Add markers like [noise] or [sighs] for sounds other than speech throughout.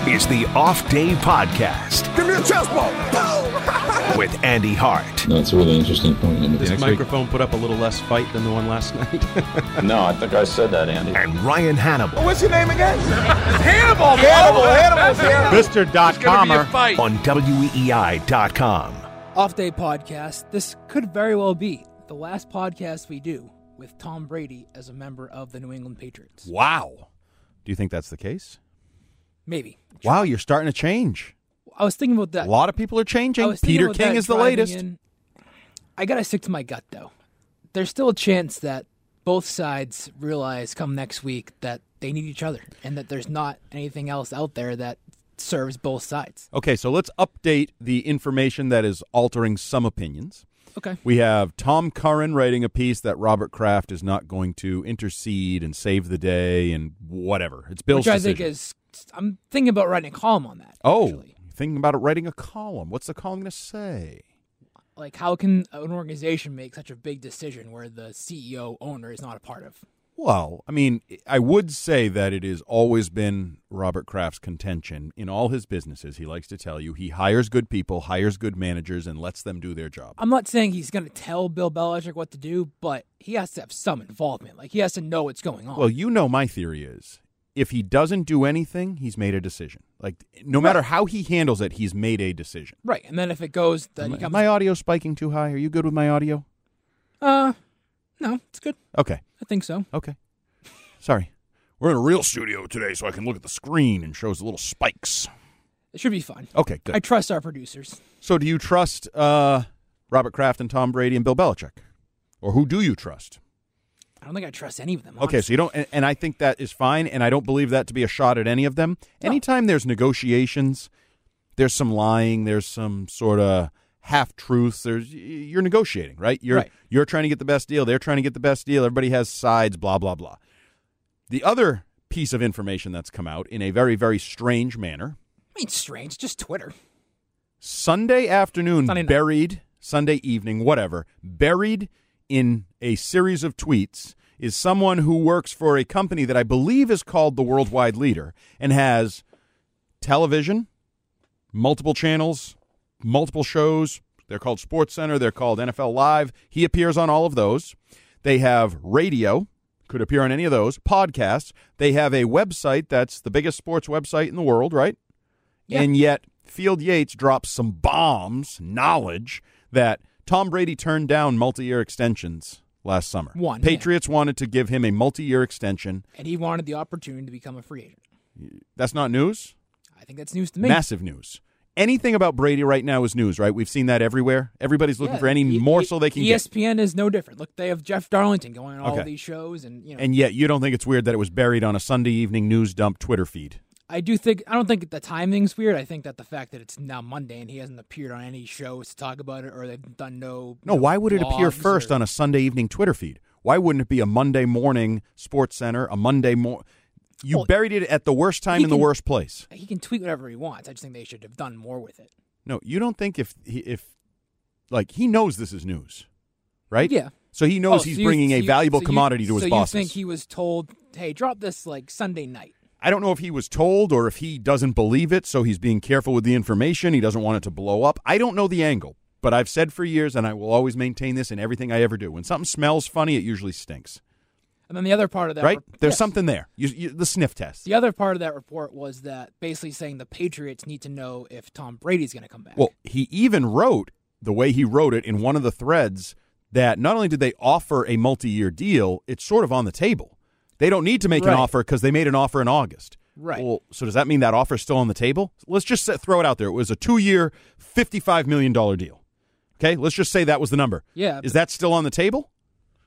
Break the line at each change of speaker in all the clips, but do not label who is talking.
Off Day Podcast.
Give me a chest ball.
[laughs] with Andy Hart.
That's a really interesting point. Andy.
This
Next week-
microphone put up a little less fight than the one last night.
No, I think I said that, Andy.
And Ryan Hannibal
What's your name again? Hannibal. Hannibal. Hannibal. Hannibal.
Mr. Dot Comer.
on E WEEI.com.
Off Day Podcast, this could very well be the last podcast we do with Tom Brady as a member of the New England Patriots.
[laughs] Wow. Do you think that's the case?
Maybe.
Wow, you're starting to change.
I was thinking about that.
A lot of people are
I
changing.
was thinking
Peter
about
King
that
is the
driving
latest.
in. I got to stick to my gut, though. There's still a chance that both sides realize come next week that they need each other and that there's not anything else out there that serves both sides.
Okay, so let's update the information that is altering some opinions.
Okay.
We have Tom Curran writing a piece that Robert Kraft is not going to intercede and save the day and whatever. It's Bill's
Which I
decision.
think is, I'm thinking about writing a column on that.
oh,
actually.
thinking about it, writing a column. What's the column going to say?
Like, how can an organization make such a big decision where the CEO owner is not a part of?
Well, I mean, I would say that it has always been Robert Kraft's contention in all his businesses. He likes to tell you he hires good people, hires good managers, and lets them do their job.
I'm not saying he's going to tell Bill Belichick what to do, but he has to have some involvement. Like, he has to know what's going on.
Well, you know, my theory is if he doesn't do anything, he's made a decision. Like, no matter how he handles it, he's made a decision.
right. And then if it goes, then
Am,
he comes.
am my audio spiking too high? Are you good with my audio?
uh, no, it's good.
Okay.
I think so.
Okay. Sorry. We're in a real studio today, so I can look at the screen and shows the little spikes.
It should be fun.
Okay, good.
I trust our producers.
So, do you trust uh, Robert Kraft and Tom Brady and Bill Belichick, or who do you trust?
I don't think I trust any of them.
Okay, so you don't, and, and I think that is fine, and I don't believe that to be a shot at any of them.
No.
Anytime there's negotiations, there's some lying, there's some sort of half truths. There's y- you're negotiating, right? You're
Right.
you're trying to get the best deal. They're trying to get the best deal. Everybody has sides. Blah blah blah. The other piece of information that's come out in a very very strange manner
I mean, it's strange. Just Twitter.
Sunday afternoon,
Sunday night.
buried, Sunday evening, whatever, buried in a series of tweets is someone who works for a company that I believe is called the Worldwide Leader and has television, multiple channels, multiple shows. They're called Sports Center, they're called NFL Live. He appears on all of those. They have radio, could appear on any of those, podcasts. They have a website that's the biggest sports website in the world, right?
Yeah.
And yet, Field Yates drops some bombs, knowledge that Tom Brady turned down multi year extensions last summer.
One, yeah.
Patriots wanted to give him a multi year extension.
And he wanted the opportunity to become a free agent.
That's not news.
I think that's news to me.
Massive news. Anything about Brady right now is news, right? We've seen that everywhere. Everybody's looking
Yeah,
for any
E-
morsel they can
ESPN
get.
is no different. Look, they have Jeff Darlington going on all
Okay.
these shows, and you know,
And yet, you don't think it's weird that it was buried on a Sunday evening news dump Twitter feed.
I do think I don't think the timing's weird. I think that the fact that it's now Monday and he hasn't appeared on any shows to talk about it, or they've done no.
No, why would it appear first
on?
on a Sunday evening Twitter feed? Why wouldn't it be a Monday morning Sports Center, a Monday morning? You
Well,
buried it at the worst time
he
in the
can-
worst place.
He can tweet whatever he wants. I just think they should have done more with it.
No, you don't think if he, if like he knows this is news, right?
Yeah.
So he knows
Oh,
he's
so you-
bringing
so
a
you-
valuable
so you-
commodity to his
so
bosses.
So you think he was told, "Hey, drop this like Sunday night."
I don't know if he was told or if he doesn't believe it, so he's being careful with the information. He doesn't want it to blow up. I don't know the angle, but I've said for years, and I will always maintain this in everything I ever do. When something smells funny, it usually stinks,
And then the other part of that,
right?
rep-
There's
yes.
something there. You, you, the sniff test.
The other part of that report was that basically saying the Patriots need to know if Tom Brady's going to come back.
Well, he even wrote the way he wrote it in one of the threads that not only did they offer a multi year deal, it's sort of on the table. They don't need to make
Right.
an offer because they made an offer in August.
Right.
Well, so does that mean that offer is still on the table? Let's just set, throw it out there. It was a two year, $55 million deal. Okay, let's just say that was the number.
Yeah,
Is that still on the table?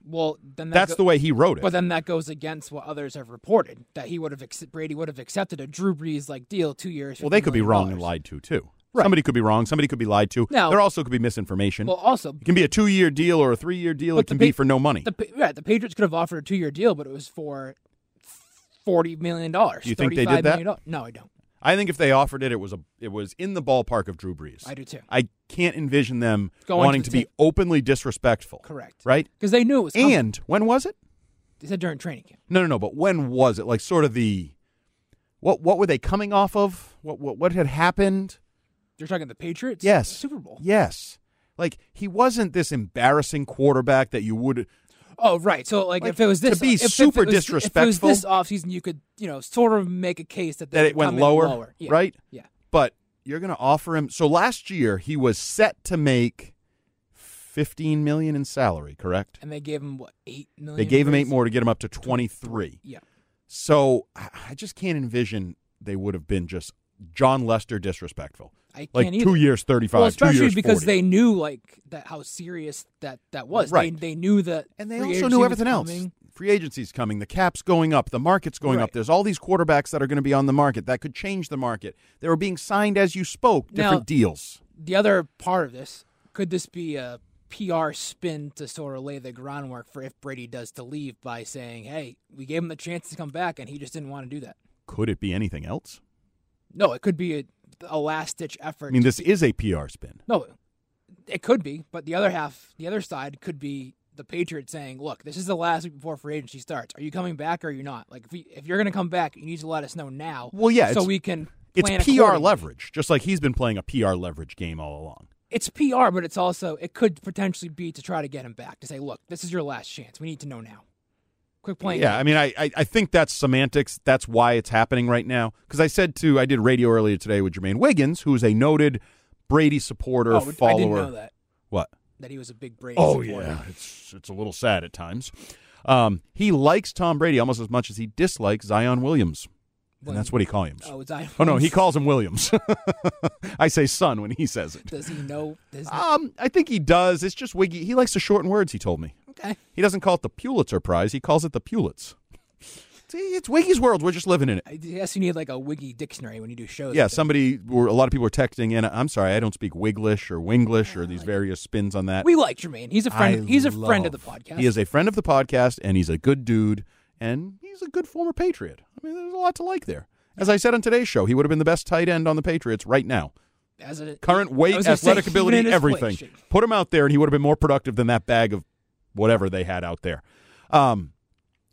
well, then that
That's
go-
the way he wrote it.
But then that goes against what others have reported that he would have ac- Brady would have accepted a Drew Brees like deal two years.
well, they
$50
could be
million.
wrong and lied to, too.
Right.
Somebody could be wrong. Somebody could be lied to.
Now-
there also could be misinformation.
Well, also
it can be a two year deal or a three year deal.
But
it
the
can
pa-
be for no money.
The, Pa- right, the Patriots could have offered a two-year deal, but it was for forty million dollars.
Do you think they did
No, I don't.
I think if they offered it, it was a it was in the ballpark of Drew Brees.
I do too.
I can't envision them
Going to
wanting
the
to,
team.
be openly disrespectful.
Correct.
Right.
Because they knew it was. coming.
And when was it?
they said during training camp.
No, no, no. But when was it? Like sort of the What what were they coming off of? What what, what had happened?
You're talking the Patriots?
Yes.
Super Bowl.
Yes. Like he wasn't this embarrassing quarterback that you would
Oh, right. So, like,
Like,
if it was
to
this,
be
if, if
super
it was, If it was
disrespectful-
this offseason, you could, you know, sort of make a case that they
that
could
it went
come in
lower,
Yeah.
right?
Yeah.
But you're going to offer him. So last year he was set to make 15 million in salary, correct?
And they gave him what eight million.
They gave him eight
raise?
more to get him up to 23.
Yeah.
So I I just can't envision they would have been just John Lester disrespectful.
I
Like
can't either.
two years 35,
Well, especially
two years
because
40.
they knew like that how serious that that was.
Right.
They, they knew that,
and they
free
also
agency
knew
was
everything else.
coming.
Free agency's coming, the cap's going up, the market's going up.
Right.
There's all these quarterbacks that are going to be on the market that could change the market. They were being signed as you spoke, different
Now-
deals.
The other part of this could this be a PR spin to sort of lay the groundwork for if Brady does to leave by saying, "Hey, we gave him the chance to come back, and he just didn't want to do that."
Could it be anything else?
No, it could be a, a last ditch effort.
I mean, this is a PR spin.
no, it could be, but the other half, the other side, could be the Patriots saying, "Look, this is the last week before free agency starts. Are you coming back or are you not? Like, if, we, if you're going to come back, you need to let us know now.
Well, yeah,
so
it's-
we can."
It's
plan
PR
accordingly."
leverage, just like he's been playing a PR leverage game all along.
it's PR, but it's also it could potentially be to try to get him back to say, look, this is your last chance. We need to know now. Quick playing.
Yeah, I mean, I, I, I think that's semantics. That's why it's happening right now. Because I said to, I did radio earlier today with Jermaine Wiggins, who is a noted Brady supporter,
oh,
follower.
I didn't know that
What?
that he was a big Brady.
Oh
supporter.
yeah, it's it's a little sad at times. Um, he likes Tom Brady almost as much as he dislikes Zion Williams,
When-
and that's what he calls him.
Oh, is I?
Oh no,
[laughs]
he calls him Williams. [laughs] I say son when he says it.
Does he know? Does
Um, I think he does. It's just Wiggy. He likes to shorten words. He told me
okay.
he doesn't call it the Pulitzer Prize. He calls it the Pulitz. See, it's Wiggy's world. We're just living in it.
I guess you need like a wiggy dictionary when you do shows.
Yeah,
like that.
somebody or a lot of people are texting in. I'm sorry, I don't speak Wiglish or Winglish or these various spins on that.
we like Jermaine. He's a friend.
I
he's a friend of the
love-
podcast.
He is a friend of the podcast, and he's a good dude, and he's a good former Patriot. I mean, there's a lot to like there. As I said on today's show, he would have been the best tight end on the Patriots right now.
As a,
Current
I
weight,
was gonna say,
athletic
even in
ability,
his
everything.
place,
Put him out there, and he would have been more productive than that bag of whatever they had out there. Um,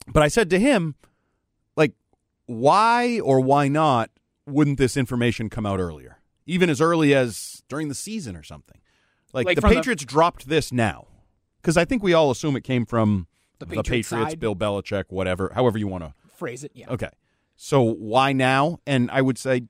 but I said to him, like, why or why not wouldn't this information come out earlier? Even as early as during the season or something. Like,
Like
the
from the-
Patriots dropped this now. Because I think we all assume it came from
The
the,
Patriots
Patriots,
side.
Bill Belichick, whatever, however you want to.
Phrase it. Yeah.
Okay. So why now? And I would say,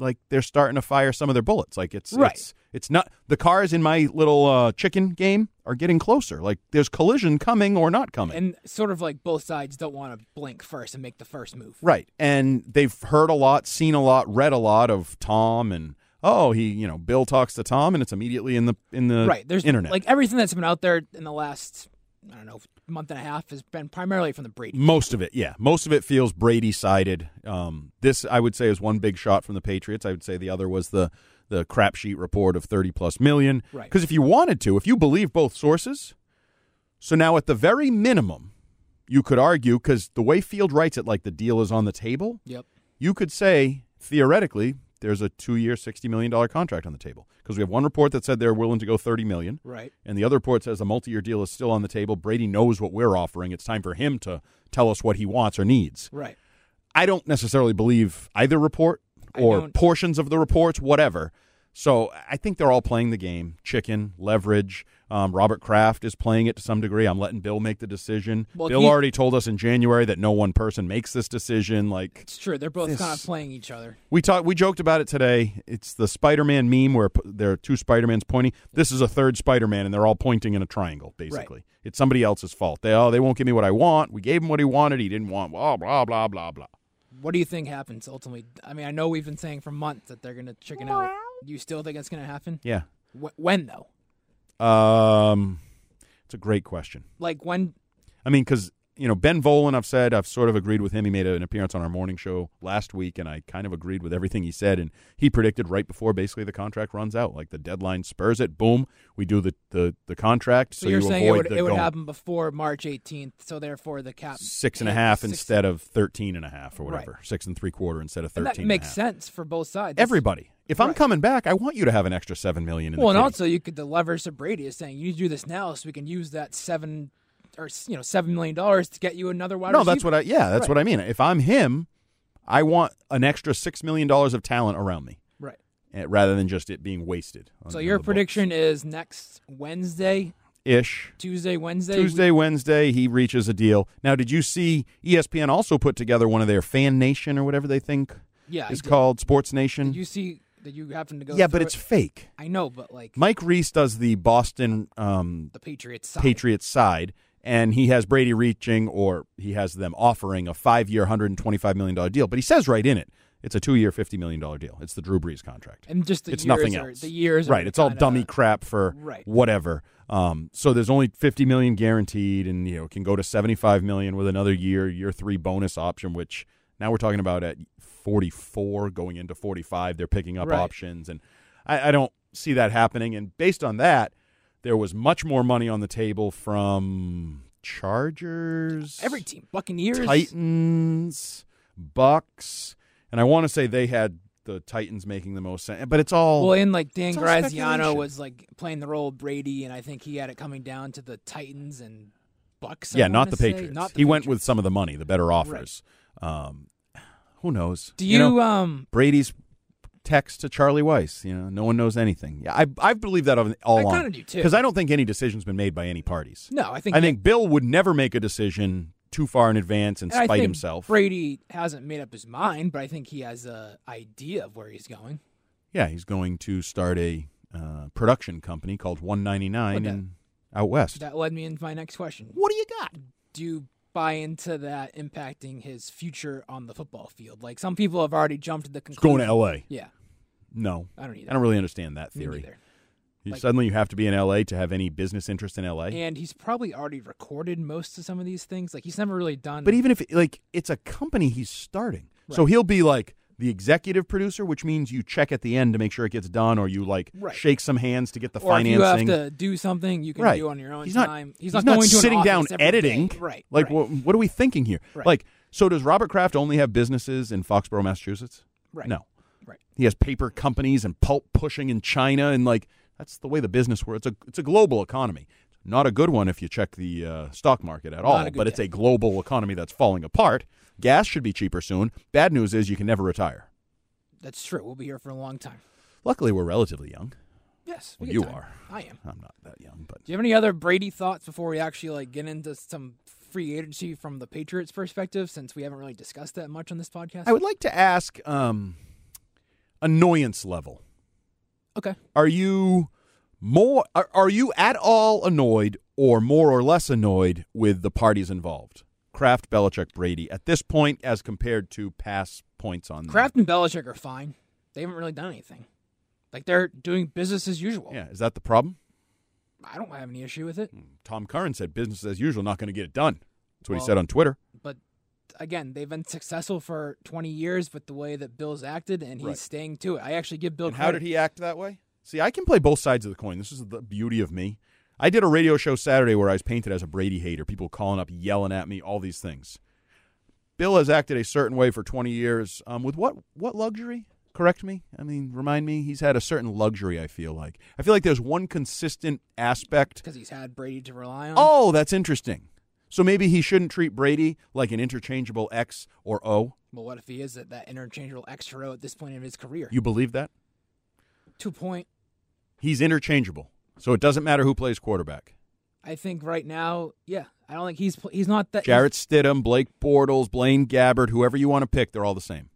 like, they're starting to fire some of their bullets. Like, it's,
Right.
it's, it's not, the cars in my little uh, chicken game are getting closer. Like, there's collision coming or not coming.
And sort of like both sides don't want to blink first and make the first move.
Right. And they've heard a lot, seen a lot, read a lot of Tom and oh, he, you know, Bill talks to Tom and it's immediately in the in the
right there's
internet.
like everything that's been out there in the last i don't know month and a half has been primarily from the brady
most of it, yeah. Most of it feels Brady sided. Um, this I would say is one big shot from the Patriots. I would say the other was the the crap sheet report of 30 plus million.
Right.
Cuz if you wanted to, if you believe both sources, so now at the very minimum, you could argue cuz the way Field writes it like the deal is on the table,
yep
you could say theoretically there's a two-year, sixty million dollar contract on the table because we have one report that said they're willing to go thirty million,
right
and the other report says a multi-year deal is still on the table. Brady knows what we're offering. It's time for him to tell us what he wants or needs.
right
I don't necessarily believe either report
I
or
don't-
portions of the reports, whatever. So I think they're all playing the game. Chicken, leverage. Um, Robert Kraft is playing it to some degree. I'm letting Bill make the decision.
Well,
Bill
he-
already told us in January that no one person makes this decision. Like
it's true they're both
This-
kind of playing each other
we talked. We joked about it today. It's the Spider-Man meme where p- there are two Spider-Mans pointing. This is a third Spider-Man, and they're all pointing in a triangle. Basically, it's somebody else's fault. They oh, they won't give me what I want. We gave him what he wanted. He didn't want. Blah blah blah blah blah.
what do you think happens ultimately i mean i know we've been saying for months that they're gonna chicken out you still think it's gonna happen
Yeah.
Wh- when though
Um, it's a great question.
like when
I mean, because you know Ben Volen, I've said I've sort of agreed with him. He made an appearance on our morning show last week, and I kind of agreed with everything he said. And he predicted right before basically the contract runs out, like the deadline spurs it. Boom, we do the the, the contract.
so,
So,
you're
you
saying it
avoid
would,
the
it would
going-
happen before march 18th so therefore the cap
six and a
hit
half
six-
instead of 13 and a half or
Right.
whatever six and three quarter instead of 13
and that
and a
makes
half.
sense for both sides That's-
everybody if i'm
Right.
coming back i want you to have an extra seven million in
Well,
the
and
kitty.
also you could the levers of Brady is saying you need to do this now so we can use that seven or you know seven million dollars to get you another wide
no
receiver.
that's what i yeah that's
Right.
what i mean if i'm him I want an extra $6 million of talent around me
Right.
eh, rather than just it being wasted. on-
So
on
your
the books.
prediction is next Wednesday,
Ish.
Tuesday, Wednesday.
Tuesday, Wednesday, he reaches a deal. Now, did you see E ESPN also put together one of their Fan Nation or whatever they think
Yeah. I
is
did.
called Sports Nation?
Did you see that you happen to go?
yeah, but
through
it's
it?
fake.
I know, but like
Mike Reese does the Boston um,
the Patriots. Side.
Patriots side, and he has Brady reaching, or he has them offering a five-year, hundred and twenty-five million dollar deal. But he says right in it, it's a two-year, fifty million dollar deal. It's the Drew Brees contract.
And just the
it's
years
nothing
are-
else.
the years are
right? It's all
kinda-
dummy crap for
Right.
whatever. Um, so there's only fifty million guaranteed, and you know can go to seventy-five million with another year, year three bonus option, which. Now we're talking about at 44 going into 45. They're picking up
Right.
options, and I, I don't see that happening. And based on that, there was much more money on the table from Chargers,
Every team, Buccaneers,
Titans, Bucks, and I want to say they had the Titans making the most sense, but it's all
Well, and like Dan
It's all
Graziano
speculation.
was like playing the role of Brady, and I think he had it coming down to the Titans and Bucks. I
yeah, not
wanna
the
say.
Patriots.
Not the
he went
Patriots.
with some of the money, the better offers. Um, who knows?
Do you,
know,
um?
Brady's text to Charlie Weiss? You know, no one knows anything. Yeah, I I believe that all all
I
along
kinda do, too.
because I don't think any decision's been made by any parties.
No, I think
I think Bill would never make a decision too far in advance and
and I
spite
think
himself.
Brady hasn't made up his mind, but I think he has a idea of where he's going.
Yeah, he's going to start a uh, production company called 199
What
in out west.
That led me into my next question.
what do you got?
do you buy into that impacting his future on the football field? Like some people have already jumped to the
He's
conclusion.
going to L.A.
Yeah,
No,
I don't either.
I don't really understand that
Me
theory.
neither.
You-
Like-
suddenly, you have to be in L.A. to have any business interest in L.A.
And he's probably already recorded most of some of these things. Like he's never really done.
But even if like it's a company he's starting, so he'll be like the executive producer, which means you check at the end to make sure it gets done, or you like
Right.
shake some hands to get the
or
financing.
if you have to do something, you can
right.
do on your own
he's Not,
time.
he's,
not,
not,
going to an
sitting down
office every
editing.
day. Right.
Like,
right,
What, what are we thinking here?
Right.
Like, so does Robert Kraft only have businesses in Foxborough, Massachusetts?
Right.
No.
Right.
He has paper companies and pulp pushing in China, and like that's the way the business works. It's a it's a global economy. Not a good one if you check the uh, stock market at all,
a good
but it's
day.
a global economy that's falling apart. Gas should be cheaper soon. Bad news is you can never retire.
That's true. We'll be here for a long time.
Luckily, we're relatively young.
Yes.
Well,
we got
you
time.
are.
I am.
I'm not that young, but
Do you have any other Brady thoughts before we actually like get into some free agency from the Patriots' perspective? Since we haven't really discussed that much on this podcast.
I would like to ask um, annoyance level.
okay.
Are you more? Are, are you at all annoyed, or more or less annoyed with the parties involved? Kraft, Belichick, Brady. At this point, as compared to past points on
Kraft and Belichick are fine. They haven't really done anything. Like they're doing business as usual.
Yeah, is that the problem?
I don't have any issue with it.
Tom Curran said business as usual, not going to get it done. That's what he
Well-
said on Twitter.
But again, they've been successful for 20 years with the way that Bill's acted, and he's
Right.
staying to it. I actually give Bill.
And how did he act that way? See, I can play both sides of the coin. This is the beauty of me. I did a radio show Saturday where I was painted as a Brady hater, people calling up, yelling at me, all these things. Bill has acted a certain way for 20 years. Um, with what what luxury? Correct me. I mean, remind me. He's had a certain luxury. I feel like. I feel like there's one consistent aspect
Because he's had Brady to rely on.
Oh, that's interesting. So maybe he shouldn't treat Brady like an interchangeable X or O.
But what if he is at that interchangeable extra at this point in his career?
You believe that?
Two point.
He's interchangeable. So it doesn't matter who plays quarterback.
I think right now, yeah, I don't think he's pl- he's not that.
Jarrett Stidham, Blake Bortles, Blaine Gabbert, whoever you want to pick, they're all the same.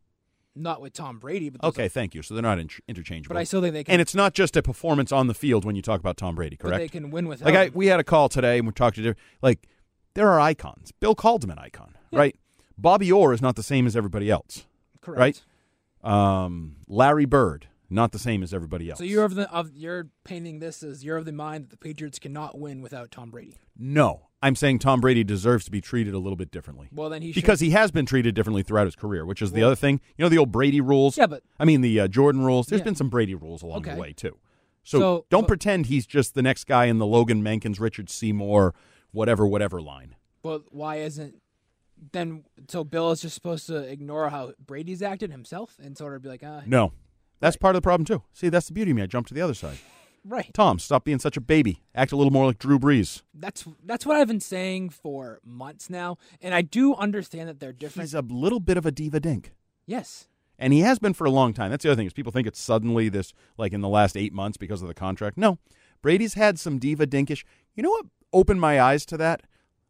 he's not with Tom Brady, but those
Okay, thank you. So they're not in- interchangeable.
But I still think they can.
and it's not just a performance on the field when you talk about Tom Brady,
but
correct?
They can win with.
Like I,
Howard.
we had a call today, and we talked to different. Like there are icons. Bill called him an icon, right? Bobby Orr is not the same as everybody else.
correct.
right? Um, Larry Bird, not the same as everybody else.
So you're of the of you're painting this as you're of the mind that the Patriots cannot win without Tom Brady.
no. I'm saying Tom Brady deserves to be treated a little bit differently.
Well, then he should-
because he has been treated differently throughout his career, which is the other thing. You know the old Brady rules.
Yeah, but-
I mean the uh, Jordan rules. There's
Yeah.
been some Brady rules along
Okay.
the way too. So,
So-
don't
but-
pretend he's just the next guy in the Logan Mankins, Richard Seymour, whatever, whatever line.
But why isn't then? So Bill is just supposed to ignore how Brady's acted himself and sort of be like, ah,
No, that's part of the problem too. See, that's the beauty of me. I jumped to the other side.
right.
Tom, stop being such a baby. Act a little more like Drew Brees.
That's that's what I've been saying for months now, and I do understand that they're different.
He's a little bit of a diva dink.
Yes.
and he has been for a long time. That's the other thing is people think it's suddenly this like in the last eight months because of the contract. No, Brady's had some diva dinkish. You know what opened my eyes to that?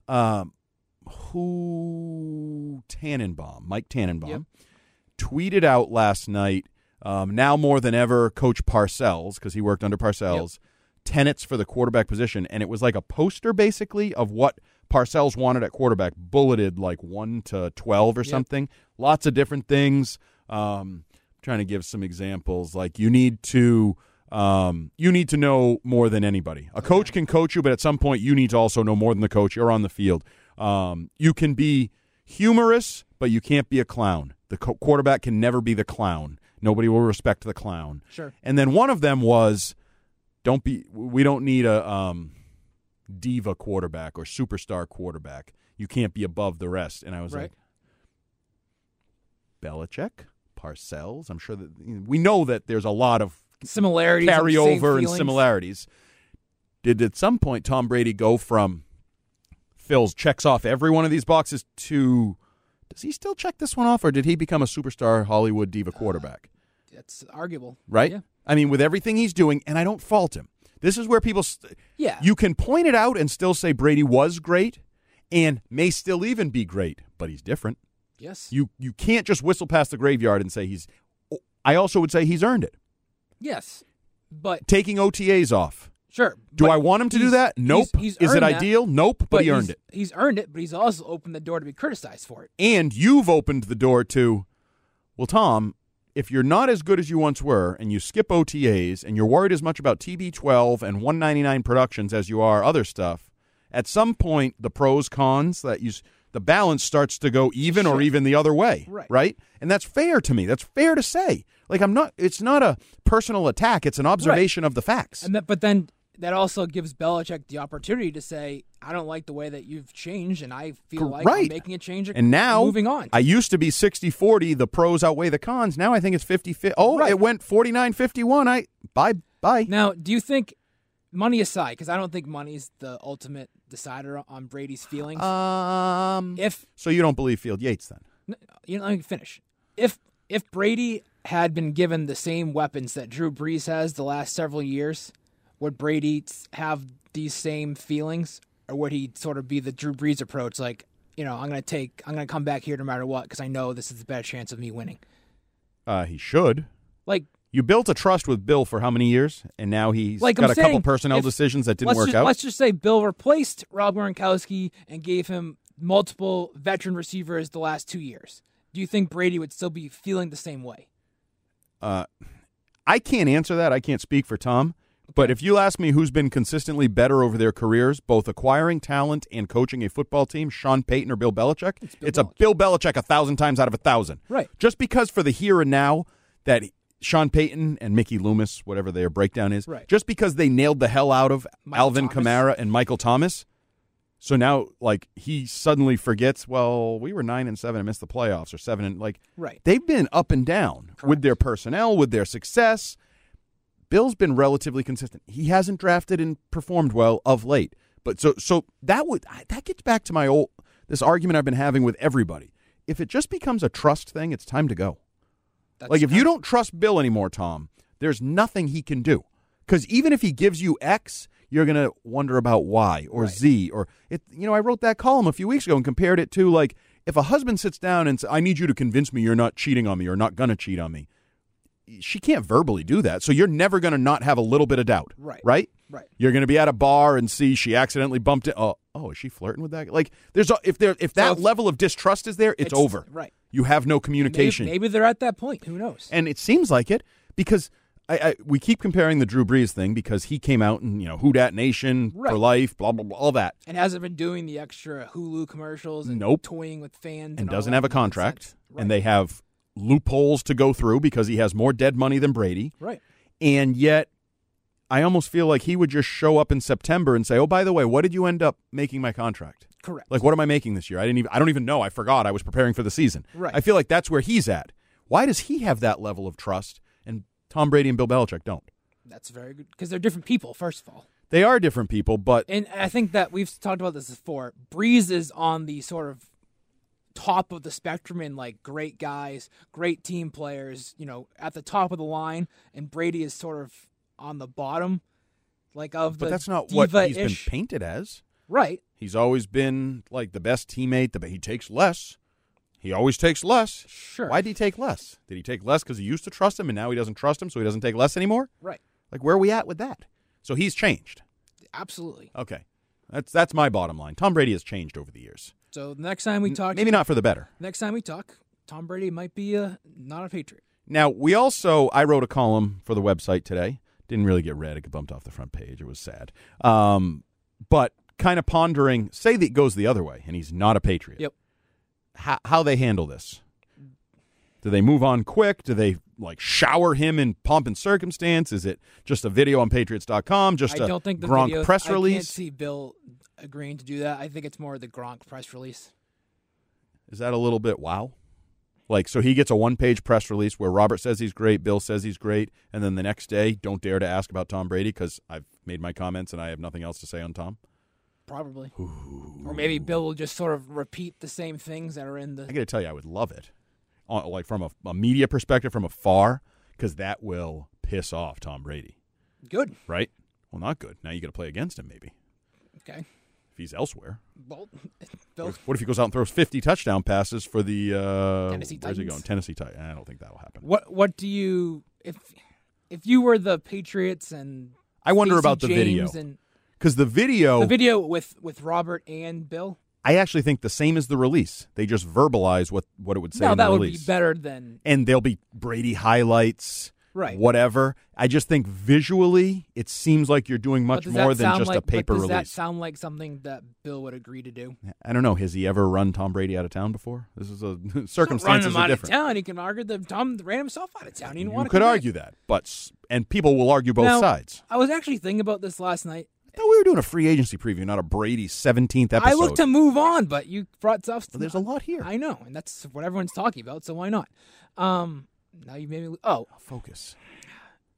Um, who Tannenbaum, Mike Tannenbaum,
Yep.
tweeted out last night. Um, now more than ever, Coach Parcells because he worked under Parcells. Tenets for the quarterback position, and it was like a poster basically of what Parcells wanted at quarterback, bulleted like one to twelve or
Yep.
something. Lots of different things. Um, trying to give some examples, like you need to um, you need to know more than anybody. A coach can coach you, but at some point you need to also know more than the coach. You're on the field. Um, you can be humorous, but you can't be a clown. The co- quarterback can never be the clown. Nobody will respect the clown.
Sure.
And then one of them was, don't be. We don't need a um, diva quarterback or superstar quarterback. You can't be above the rest. And I was
Right.
like, Belichick, Parcells. I'm sure that you know, we know that there's a lot of
Similarities. and same
carryover and
feelings.
similarities. Did at some point Tom Brady go from Phil's checks off every one of these boxes to does he still check this one off or did he become a superstar Hollywood diva quarterback?
That's arguable.
Right?
Uh, Yeah.
I mean, with everything he's doing, and I don't fault him. This is where people. St-
Yeah.
You can point it out and still say Brady was great and may still even be great, but he's different.
Yes.
You you can't just whistle past the graveyard and say he's. I also would say he's earned it.
yes. But
Taking OTAs off.
sure.
Do
but
I want him to do
he's-
that?
he's-
Nope.
he's
Is it
earned that,
ideal? Nope, but, he earned
he's-
it.
He's earned it, but he's also opened the door to be criticized for it.
And you've opened the door to, well, Tom, if you're not as good as you once were and you skip OTAs and you're worried as much about TB12 and 199 productions as you are other stuff, at some point the pros cons that you s- the balance starts to go even or even the other way,
Right.
right? And that's fair to me. That's fair to say. Like I'm not it's not a personal attack, it's an observation of the facts.
And that, but then that also gives Belichick the opportunity to say, "I don't like the way that you've changed, and I feel like
Right.
I'm making a change."
And now
moving on.
I used to be 60-40, the pros outweigh the cons. Now I think it's 50 Oh,
Right.
it went 49-51. I bye bye.
now, do you think money aside, because I don't think money's the ultimate decider on Brady's feelings.
Uh, Um
if
So you don't believe Field Yates then?
n- you know, let me finish. If if Brady had been given the same weapons that Drew Brees has the last several years, would Brady s- have these same feelings, or would he sort of be the Drew Brees approach, like you know, I'm gonna take, I'm gonna come back here no matter what because I know this is the better chance of me winning.
Uh he should.
Like,
You built a trust with Bill for how many years? And now he's
like
got
I'm
a
saying,
couple personnel
if-
decisions that didn't
let's
work
just,
out.
Let's just say Bill replaced Rob Gronkowski and gave him multiple veteran receivers the last two years. Do you think Brady would still be feeling the same way?
uh, I can't answer that. I can't speak for Tom. But if you ask me who's been consistently better over their careers, both acquiring talent and coaching a football team, Sean Payton or Bill Belichick, it's,
Bill
a
Belichick.
Bill Belichick a thousand times out of a thousand.
Right.
Just because for the here and now that Sean Payton and Mickey Loomis, whatever their breakdown is,
Right.
just because they nailed the hell out of
Michael
Alvin
Thomas.
Kamara and Michael Thomas, so now like he suddenly forgets. Well, we were nine and seven and missed the playoffs, or seven and like
Right.
they've been up and down with their personnel, with their success. Bill's been relatively consistent. He hasn't drafted and performed well of late. But so so that would I- that gets back to my old this argument I've been having with everybody. If it just becomes a trust thing, it's time to go.
That's
like if you don't trust Bill anymore, Tom, there's nothing he can do. Cuz even if he gives you X, you're going to wonder about Y or Z or it you know, I wrote that column a few weeks ago and compared it to like if a husband sits down and says, I need you to convince me you're not cheating on me or not going to cheat on me. She can't verbally do that. So you're never going to not have a little bit of doubt.
Right.
Right?
Right.
You're going to be at a bar and see she accidentally bumped it. Oh, oh, is she flirting with that? Like there's a, if there if that
if-
level of distrust is there, it's,
It's-
over.
right.
You have no
Maybe-
communication.
Maybe, they're at that point. Who knows?
And it seems like it because I, I we keep comparing the Drew Brees thing because he came out and you know who dat nation
Right.
for life, blah blah blah, all that,
and hasn't been doing the extra Hulu commercials and
Nope.
toying with fans. And,
and
all
doesn't
that
have a
nonsense.
contract,
Right.
and they have loopholes to go through because he has more dead money than Brady,
right.
and yet. I almost feel like he would just show up in September and say, "Oh, by the way, what did you end up making my contract?
Correct.
Like, what am I making this year? I didn't even. I don't even know. I forgot. I was preparing for the season.
Right.
I feel like that's where he's at. Why does he have that level of trust, and Tom Brady and Bill Belichick don't?
That's very good because they're different people. First of all,
They are different people, but
and I think that we've talked about this before. Breeze is on the sort of top of the spectrum and like great guys, great team players, you know, at the top of the line, and Brady is sort of on the bottom, like of
But
the
that's not what he's been
diva-ish-
painted as.
right?
He's always been like the best teammate. The but he takes less. He always takes less.
Sure.
Why did he take less? Did he take less because he used to trust him and now he doesn't trust him, so he doesn't take less anymore?
Right.
Like where are we at with that? So he's changed.
Absolutely.
Okay, that's that's my bottom line. Tom Brady has changed over the years.
So the next time we
N-
talk,
maybe not for the better.
Next time we talk, Tom Brady might be uh, not a Patriot.
Now we also I wrote a column for the website today. Didn't really get read. It got bumped off the front page. It was sad. Um, but kind of pondering, say that it goes the other way and he's not a patriot.
Yep.
How, how they handle this? Do they move on quick? Do they like shower him in pomp and circumstance? Is it just a video on Patriots.com? Just a
I don't think the
Gronk
videos-
press
I can't
release?
see Bill agreeing to do that. I think it's more the Gronk press release.
Is that a little bit wow? Like, so he gets a one page press release where Robert says he's great, Bill says he's great, and then the next day, don't dare to ask about Tom Brady because I've made my comments and I have nothing else to say on Tom.
Probably. Or maybe Bill will just sort of repeat the same things that are in
I
the.
got to tell you, I would love it. On, like, from a, a media perspective, from afar, because that will piss off Tom Brady,
Good.
right? Well, not good. Now you got to play against him, maybe,
Okay.
if he's elsewhere.
Well, [laughs] Bill,
What if he goes out and throws 50 touchdown passes for the. Uh,
Tennessee
where's he
Titans?
going? Tennessee Titans. I don't think that'll happen.
what what do you if if you were the Patriots and
I wonder
Stacey
about the video. Oh.
James and
Because the video.
the video with with Robert and Bill?
I actually think the same as the release. They just verbalize what, what it would say
No,
in the
that would be
release.
better than
And there'll be Brady highlights,
Right.
whatever. I just think visually, it seems like you're doing
but
much
does
more
that
than
sound
just
like,
a
but
paper
does that
release.
sound like something that Bill would agree to do?
I don't know. Has he ever run Tom Brady out of town before? This is a [laughs] circumstances
him
are
out
different.
Of town. He can argue that Tom ran himself out of town. He didn't
You
want to
could
come back.
argue that, but s- and people will argue both
Now,
sides.
I was actually thinking about this last night.
I thought we were doing a free agency preview, not a Brady 17th episode.
I looked to move on, but you brought stuff.
Well,
[laughs]
there's a lot here.
I know, and that's what everyone's talking about. So why not? Um, now you made me. Oh,
focus.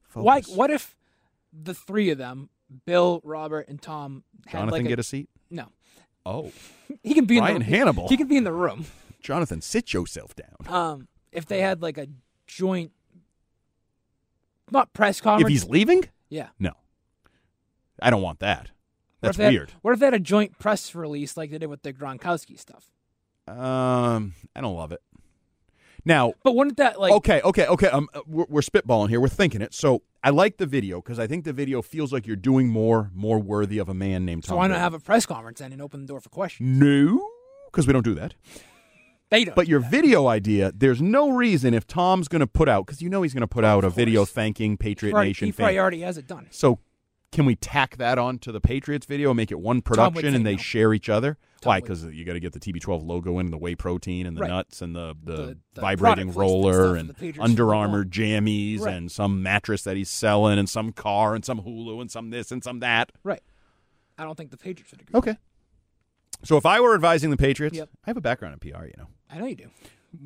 focus.
why? What if the three of them, Bill, Robert, and Tom, had
Jonathan
like
get a seat?
no?
Oh,
He can be in
Brian
the,
Hannibal.
He can be in the room.
Jonathan, sit yourself down.
Um, if they had like a joint, not press conference.
if he's leaving,
yeah.
no, I don't want that.
What
That's
if they had-
weird.
what if they had a joint press release like they did with the Gronkowski stuff?
Um, I don't love it. Now,
But wouldn't that like
okay, okay, okay. Um, uh, we're, we're spitballing here. We're thinking it. So I like the video because I think the video feels like you're doing more, more worthy of a man named Tom.
so why not
Brady.
have a press conference then and open the door for questions?
no? Because we don't do that.
They don't.
But your video idea, there's no reason if Tom's going to put out because you know he's going to put out a video thanking
He
Patriot
probably-
Nation.
he
fan.
probably already has it done.
So can we tack that on to the Patriots video and make it one production
say
and they
no.
share each other?
Tom
Why?
would-
Because you got to get the TB12 logo in and the whey protein and the
Right.
nuts and the, the,
The- the
vibrating
product placement
roller
stuff
and
that the Patriots
Under
should
Armour
want.
jammies
Right.
and some mattress that he's selling and some car and some Hulu and some this and some that.
Right. I don't think the Patriots would agree.
Okay. So if I were advising the Patriots,
Yep.
I have a background in PR, you know.
I know you do.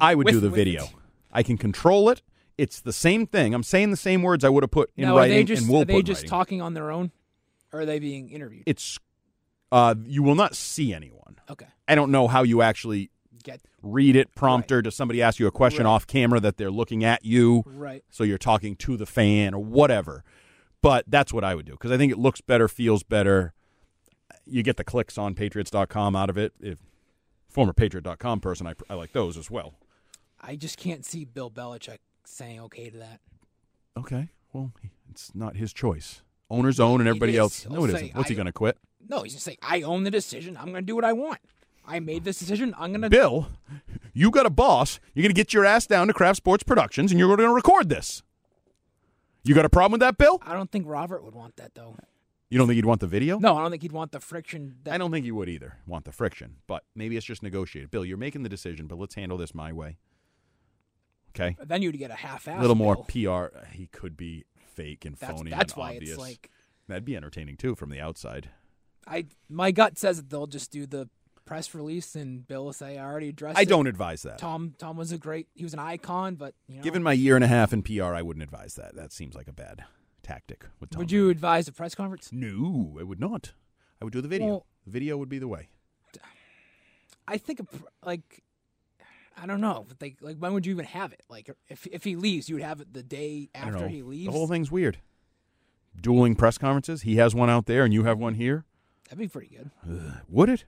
I would
With-
do the
with
video.
it.
I can control it. It's the same thing. I'm saying the same words I would have put in
now,
writing
are they just
and will
are
put
they
in
just
writing.
talking on their own? Or are they being interviewed?
It's uh, you will not see anyone.
okay.
I don't know how you actually
Get
read it prompter. Does somebody ask you a question
Right.
off camera that they're looking at you?
right.
So you're talking to the fan or whatever. But that's what I would do because I think it looks better, feels better. You get the clicks on patriots.com out of it. If former patriot.com person, I, I like those as well.
I just can't see Bill Belichick saying okay to that.
Okay. Well, it's not his choice. Owner's own and everybody
is.
else. No,
He'll
it
say,
isn't. What's he
I-
going to quit?
No, he's just saying, I own the decision. I'm gonna do what I want. I made this decision. I'm gonna
Bill, you got a boss. You're going to get your ass down to Craft Sports Productions and you're going to record this. You got a problem with that, Bill?
I don't think Robert would want that though.
You don't think you'd want the video?
No, I don't think he'd want the friction that
I don't think you would either want the friction, but maybe it's just negotiated. Bill, you're making the decision, but let's handle this my way. Okay.
then you'd get a half ass.
A little more PR. He could be fake and
That's,
phony.
that's
and
why
obvious.
it's like
That'd be entertaining too from the outside.
I my gut says that they'll just do the press release and Bill will say I already addressed.
I
it.
don't advise that.
Tom Tom was a great. He was an icon, but you know.
Given my year and a half in PR, I wouldn't advise that. That seems like a bad tactic with Tom.
would you advise a press conference?
No, I would not. I would do the video.
Well-
video would be the way.
I think a pr- like I don't know. but, Like, like when would you even have it? Like, if if he leaves, you would have it the day
I don't
after
know.
he leaves.
The whole thing's weird. Dueling press conferences. He has one out there and you have one here.
That'd be pretty good. [laughs]
Would it?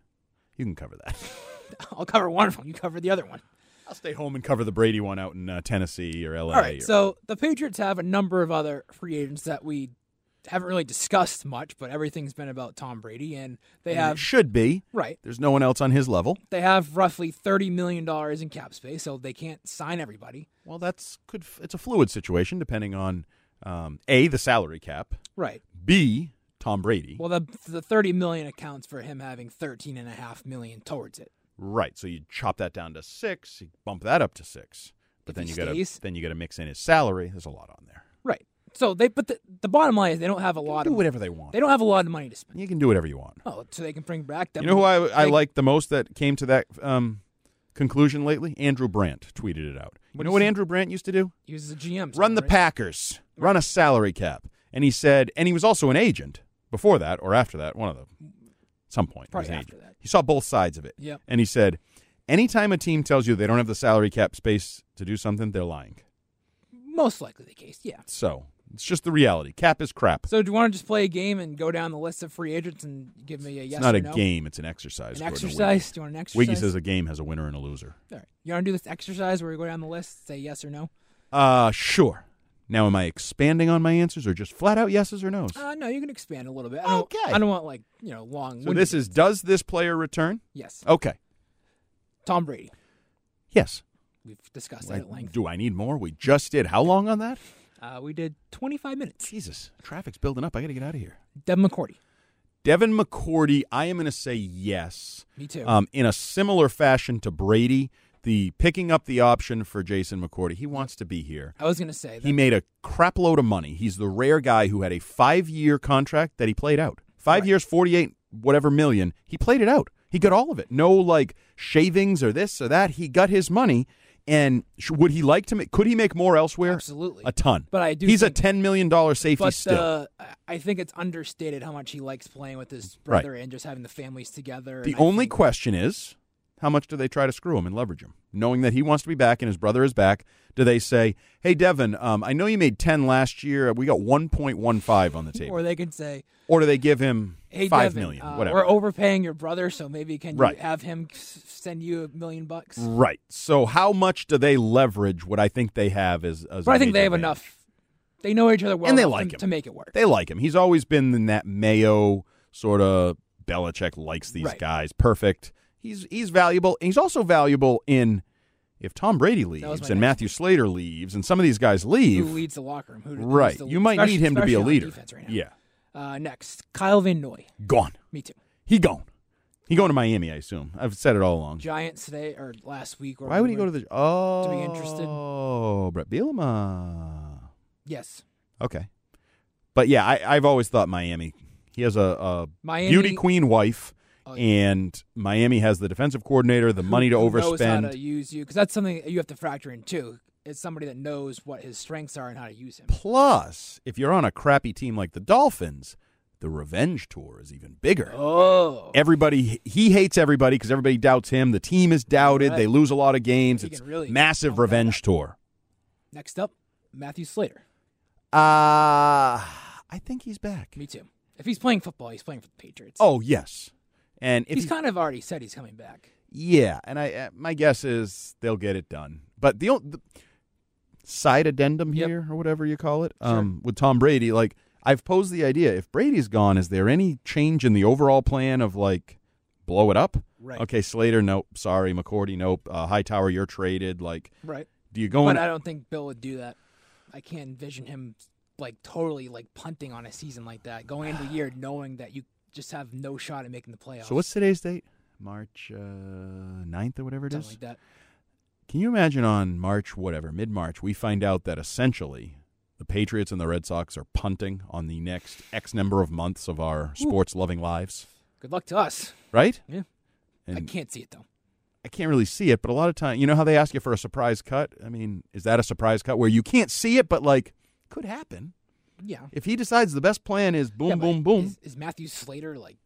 You can cover that. [laughs]
I'll cover one of them. You cover the other one.
I'll stay home and cover the Brady one out in uh, Tennessee or LA.
All right.
or-
So the Patriots have a number of other free agents that we haven't really discussed much, but everything's been about Tom Brady, and they
And it
have
should be.
right.
There's no one else on his level.
They have roughly thirty million dollars in cap space, so they can't sign everybody.
Well, that's could. f- It's a fluid situation depending on um, a the salary cap,
Right.
b Tom Brady.
Well, the the thirty million accounts for him having thirteen and a half million towards it.
right. So you chop that down to six. You bump that up to six. But
If
then
he
you got
stays.
to then you got to mix in his salary. There's a lot on there.
Right. So they, but the, the bottom line is they don't have a lot
Do
of
whatever they want.
they don't have a lot of money to spend.
You can do whatever you want.
Oh, so they can bring back that.
You know who I, I
they-
like the most that came to that um, conclusion lately? Andrew Brandt tweeted it out. You know what Andrew Brandt used to do?
He was a GM.
Run the
right?
Packers, run a salary cap. And he said, and he was also an agent before that or after that, one of the, some point. he was
Probably
an
after
agent.
that.
He saw both sides of it.
Yep.
And he said, anytime a team tells you they don't have the salary cap space to do something, they're lying.
Most likely the case. Yeah.
So it's just the reality. Cap is crap.
So do you want to just play a game and go down the list of free agents and give me a yes
it's not
or
a
no?
game, it's an exercise.
An
according to Wiggy.
exercise? Do you want an exercise?
Wiggy says a game has a winner and a loser.
All right. You want to do this exercise where we go down the list, say yes or no?
Uh, sure. Now, am I expanding on my answers or just flat out yeses or nos?
Uh, no, you can expand a little bit. I don't,
Okay.
I don't want like you know long.
so this is does this player return?
yes.
Okay.
Tom Brady.
Yes.
We've discussed
I-
that at length.
do I need more? We just did. How long on that?
Uh, we did 25 minutes.
Jesus, traffic's building up. I got to get out of here.
Deb McCourty.
Devin McCourty, I am going to say yes.
Me too.
Um, in a similar fashion to Brady, the picking up the option for Jason McCourty. He wants to be here.
I was gonna say that.
He made a crap load of money. He's the rare guy who had a five year contract that he played out. Five years, 48, whatever million. He played it out. He got all of it. No like shavings or this or that. He got his money. And sh- would he like to make, could he make more elsewhere?
Absolutely.
A ton.
But I do
He's a
think-
$10 million safety
but
still.
uh, I- I think it's understated how much he likes playing with his brother and just having the families together.
the
and I
only
think-
question is how much do they try to screw him and leverage him? Knowing that he wants to be back and his brother is back, do they say, hey, Devin, um, I know you made 10 last year. We got 1.15 on the table.
or they could say,
Or do they give him
"Hey,
five
Devin,
million,
uh,
whatever?
We're overpaying your brother, so maybe can
Right. Mm.
you have him s- send you a million bucks?"
right. So how much do they leverage? What I think they have is, as
But
a
I think
major
they have
advantage.
enough. They know each other well,
And they
enough
like
to,
him.
to make it work.
They like him. He's always been in that Mayo sort of Belichick likes these
Right.
guys. Perfect. He's he's valuable. He's also valuable in if Tom Brady
was
leaves
my
and
next
Matthew Slater leaves and some of these guys leave.
Who leads the locker room? Who leads
right.
the-
You might
especially-
need him to be a
especially on
leader.
defense right now.
Yeah.
Uh, next, Kyle Van Noy.
Gone.
Me too.
He gone. He going to Miami, I assume. I've said it all along.
Giants today or last week? Or
Why would he go to the Oh
be interested.
Oh Brett Bielema.
Yes,
Okay. But yeah, I, I've always thought Miami. He has a, a
Miami-
beauty queen wife,
Oh, yeah.
and Miami has the defensive coordinator, the money to
who knows how
overspend.
to use you because that's something you have to factor in too. It's somebody that knows what his strengths are and how to use him.
Plus, if you're on a crappy team like the Dolphins, the revenge tour is even bigger.
Oh,
Everybody, he hates everybody because everybody doubts him. The team is doubted.
Right.
They lose a lot of games.
He
it's
can really
massive
pump that
revenge tour.
next up, Matthew Slater.
Uh, I think he's back.
Me too. If he's playing football, he's playing for the Patriots.
Oh yes, and if
he's
he-
kind of already said he's coming back.
Yeah, and I uh, my guess is they'll get it done. But the, o- the side addendum
Yep.
here or whatever you call it um, with Tom Brady, like I've posed the idea: if Brady's gone, is there any change in the overall plan of like blow it up?
Right.
Okay, Slater, nope. Sorry, McCourty, nope. Uh, Hightower, you're traded. Like,
Right.
do you go?
But
in-
I don't think Bill would do that. I can't envision him like totally like punting on a season like that, going into the [sighs] year knowing that you just have no shot at making the playoffs.
so what's today's date? March uh, 9th or whatever it
something
is.
like that?
Can you imagine on March, whatever, mid March, we find out that essentially the Patriots and the Red Sox are punting on the next X number of months of our sports loving lives,
Good luck to us.
right?
Yeah.
And
I can't see it though.
I can't really see it, but a lot of time, you know how they ask you for a surprise cut? I mean, is that a surprise cut where you can't see it, but like could happen?
Yeah.
If he decides the best plan is boom,
Yeah, but
boom, boom.
Is, is Matthew Slater like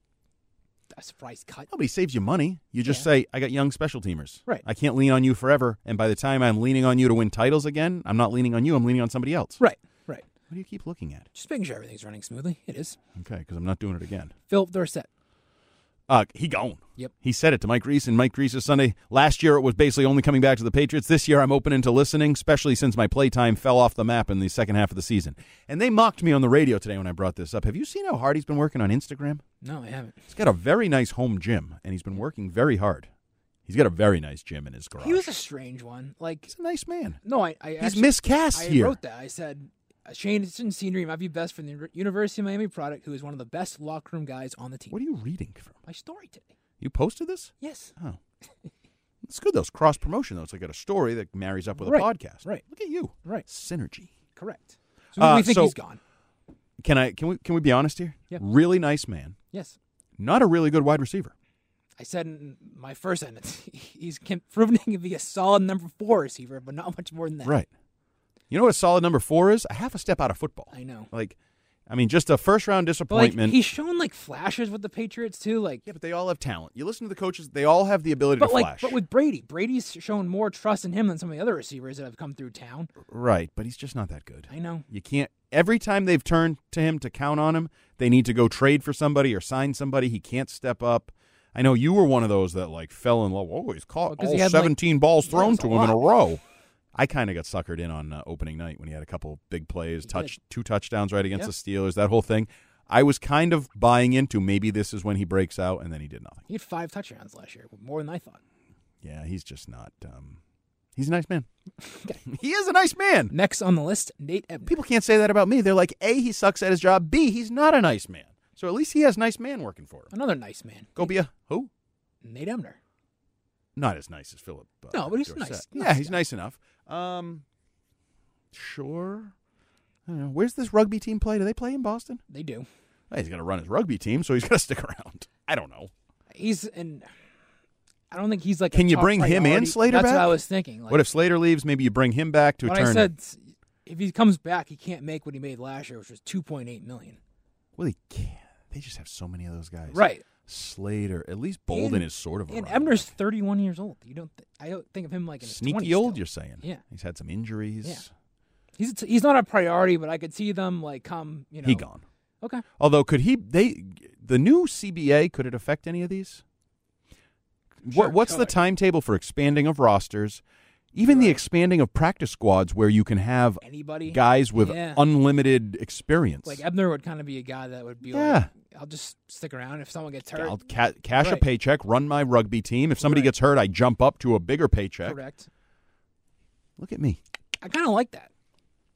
a surprise cut.
Nobody saves you money. You just say, I got young special teamers.
Right.
I can't lean on you forever. And by the time I'm leaning on you to win titles again, I'm not leaning on you. I'm leaning on somebody else.
Right, right.
What do you keep looking at?
Just making sure everything's running smoothly. It is.
Okay, because I'm not doing it again.
Philip Dorsett.
Uh, he gone.
Yep.
He said it to Mike Reese and Mike Reese's Sunday. Last year, it was basically only coming back to the Patriots. This year, I'm open into listening, especially since my playtime fell off the map in the second half of the season. And they mocked me on the radio today when I brought this up. Have you seen how hard he's been working on Instagram?
No, I haven't.
He's got a very nice home gym, and he's been working very hard. He's got a very nice gym in his garage.
He was a strange one. Like,
he's a nice man.
no, I. I
He's
actually-
miscast
I
here.
wrote that. I said, Shane Hutchinson Senior might be best for the University of Miami product, who is one of the best locker room guys on the team.
What are you reading from?
My story today.
You posted this?
Yes.
Oh. [laughs] It's good, though. It's cross promotion, though. It's like got a story that marries up with
Right,
a podcast.
right.
Look at you.
Right.
Synergy.
Correct. So
Uh,
we think
so-
he's gone.
Can I can we can we be honest here?
Yeah.
Really nice man.
Yes.
Not a really good wide
[laughs]
receiver.
I said in my first sentence, [laughs] he's can- proven he can be a solid number four receiver, but not much more than that.
Right. You know what a solid number four is? A half a step out of football.
I know.
Like I mean, just a first round
But like,
disappointment.
he's shown like flashes with the Patriots too. Like,
yeah, but they all have talent. You listen to the coaches, they all have the ability
but
to
like,
flash.
but with Brady, Brady's shown more trust in him than some of the other receivers that have come through town.
right, but he's just not that good.
I know.
You can't every time they've turned to him to count on him, they need to go trade for somebody or sign somebody. He can't step up. I know you were one of those that like fell in love. Oh, he's
Well,
caught
'cause
all
he had, like-
17 balls
Yeah,
thrown
that's
to
a
him in a
lot.
row. I kind of got suckered in on uh, opening night when he had a couple big plays, touch two touchdowns right against
Yeah.
the Steelers, that whole thing. I was kind of buying into maybe this is when he breaks out, and then he did nothing.
He had five touchdowns last year, more than I thought.
Yeah, he's just not. Um, he's a nice
[laughs]
man. he is a nice man.
Next on the list, Nate Ebner.
People can't say that about me. They're like, A, he sucks at his job. B, he's not a nice man. So at least he has nice man working for him.
Another nice man,
Go be a who?
Nate Ebner.
Not as nice as Philip. Uh,
No, but he's
Dorsett.
nice.
Yeah,
Nice
he's
guy.
nice enough. Um, sure. I don't know. Where's this rugby team play? Do they play in Boston?
They do.
Well, he's got to run his rugby team, so he's [laughs] got to stick around. I don't know.
He's and I don't think he's like. a
Can you
top
bring him and
priority.
Slater
That's
back?
what I was thinking. Like,
what if Slater leaves? Maybe you bring him back to
But
a turn.
I said, s- if he comes back, he can't make what he made last year, which was two point eight million.
well, he can't. They just have so many of those guys.
Right.
Slater. At least Bolden
And-
is sort of a
And
running
Ebner's thirty one years old. You don't. Th- I don't think of him like in his
sneaky
20s
old.
still.
You're saying.
Yeah.
He's had some injuries.
Yeah. He's a t- he's not a priority, but I could see them like come. You know,
He gone.
Okay.
Although could he they the new CBA could it affect any of these?
Sure,
what what's the
could.
timetable for expanding of rosters? Even the expanding of practice squads where you can have
Anybody
guys with
Yeah.
unlimited experience.
like Ebner would kind of be a guy that would be
Yeah.
like, I'll just stick around if someone gets hurt.
I'll ca- cash a
Right.
paycheck, run my rugby team. If somebody
Right.
gets hurt, I jump up to a bigger paycheck.
Correct.
Look at me.
I kind of like that.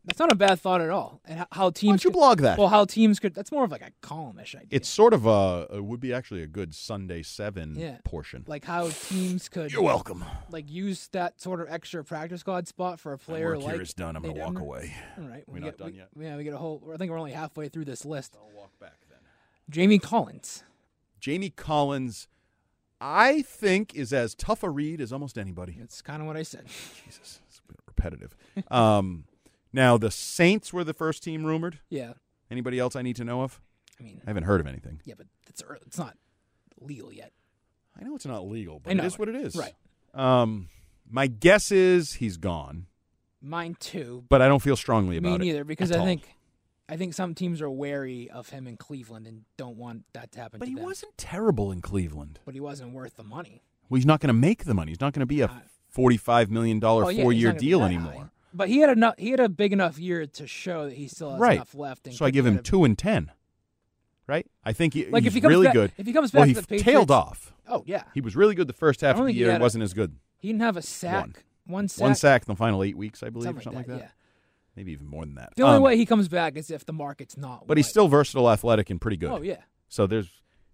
That's not a bad thought at all. And how, how teams
Why don't you
could-
blog that?
Well, how teams could. That's more of like a columnish idea.
it's sort of a it would be actually a good Sunday 7
Yeah.
portion.
like how teams could
You're welcome.
like use that sort of extra practice squad spot for a
My
player
work
like
here is done. I'm
Nate
going to walk
Ebner.
away.
All right,
We're not
get,
done yet.
Yeah, we get a whole. I think we're only halfway through this list.
I'll walk back then.
Jamie Collins.
Jamie Collins, I think, is as tough a read as almost anybody.
That's kind of what I said.
Jesus, it's a bit [laughs] repetitive. um, now the Saints were the first team rumored.
Yeah,
Anybody else I need to know of?
I mean,
I haven't heard of anything.
yeah, but it's early, it's not legal yet.
I know it's not legal,
I
but it
know
is
it.
what it is.
Right.
Um, my guess is he's gone,
Mine too.
but I don't feel strongly
Me
about it.
neither, because
at
I
all.
think I think some teams are wary of him in Cleveland and don't want that to happen.
But
to
he
them.
wasn't terrible in Cleveland.
But he wasn't worth the money.
Well, he's not going to make the money. He's not going to be a forty-five million dollar
Oh, yeah, he's
four-year
not gonna be
deal
that
anymore.
high. But he had enough. He had a big enough year to show that he still has
right.
enough left. And
so I
could
give
get
him
a-
two and ten. Right? I think he,
Like,
he's
if he comes
really
back-
good.
if he comes
well,
back
he
to the
f-
Patriots-
tailed off.
Oh yeah,
He was really good the first half
I don't
of the
think he
year.
had
He
a-
wasn't as good.
he didn't have a sack. One sack.
One sack in the final eight weeks, I believe, or something like that.
Yeah.
Maybe even more than that.
The only
Um,
way he comes back is if the market's not.
but he's
right.
still versatile, athletic, and pretty good.
Oh yeah.
So there's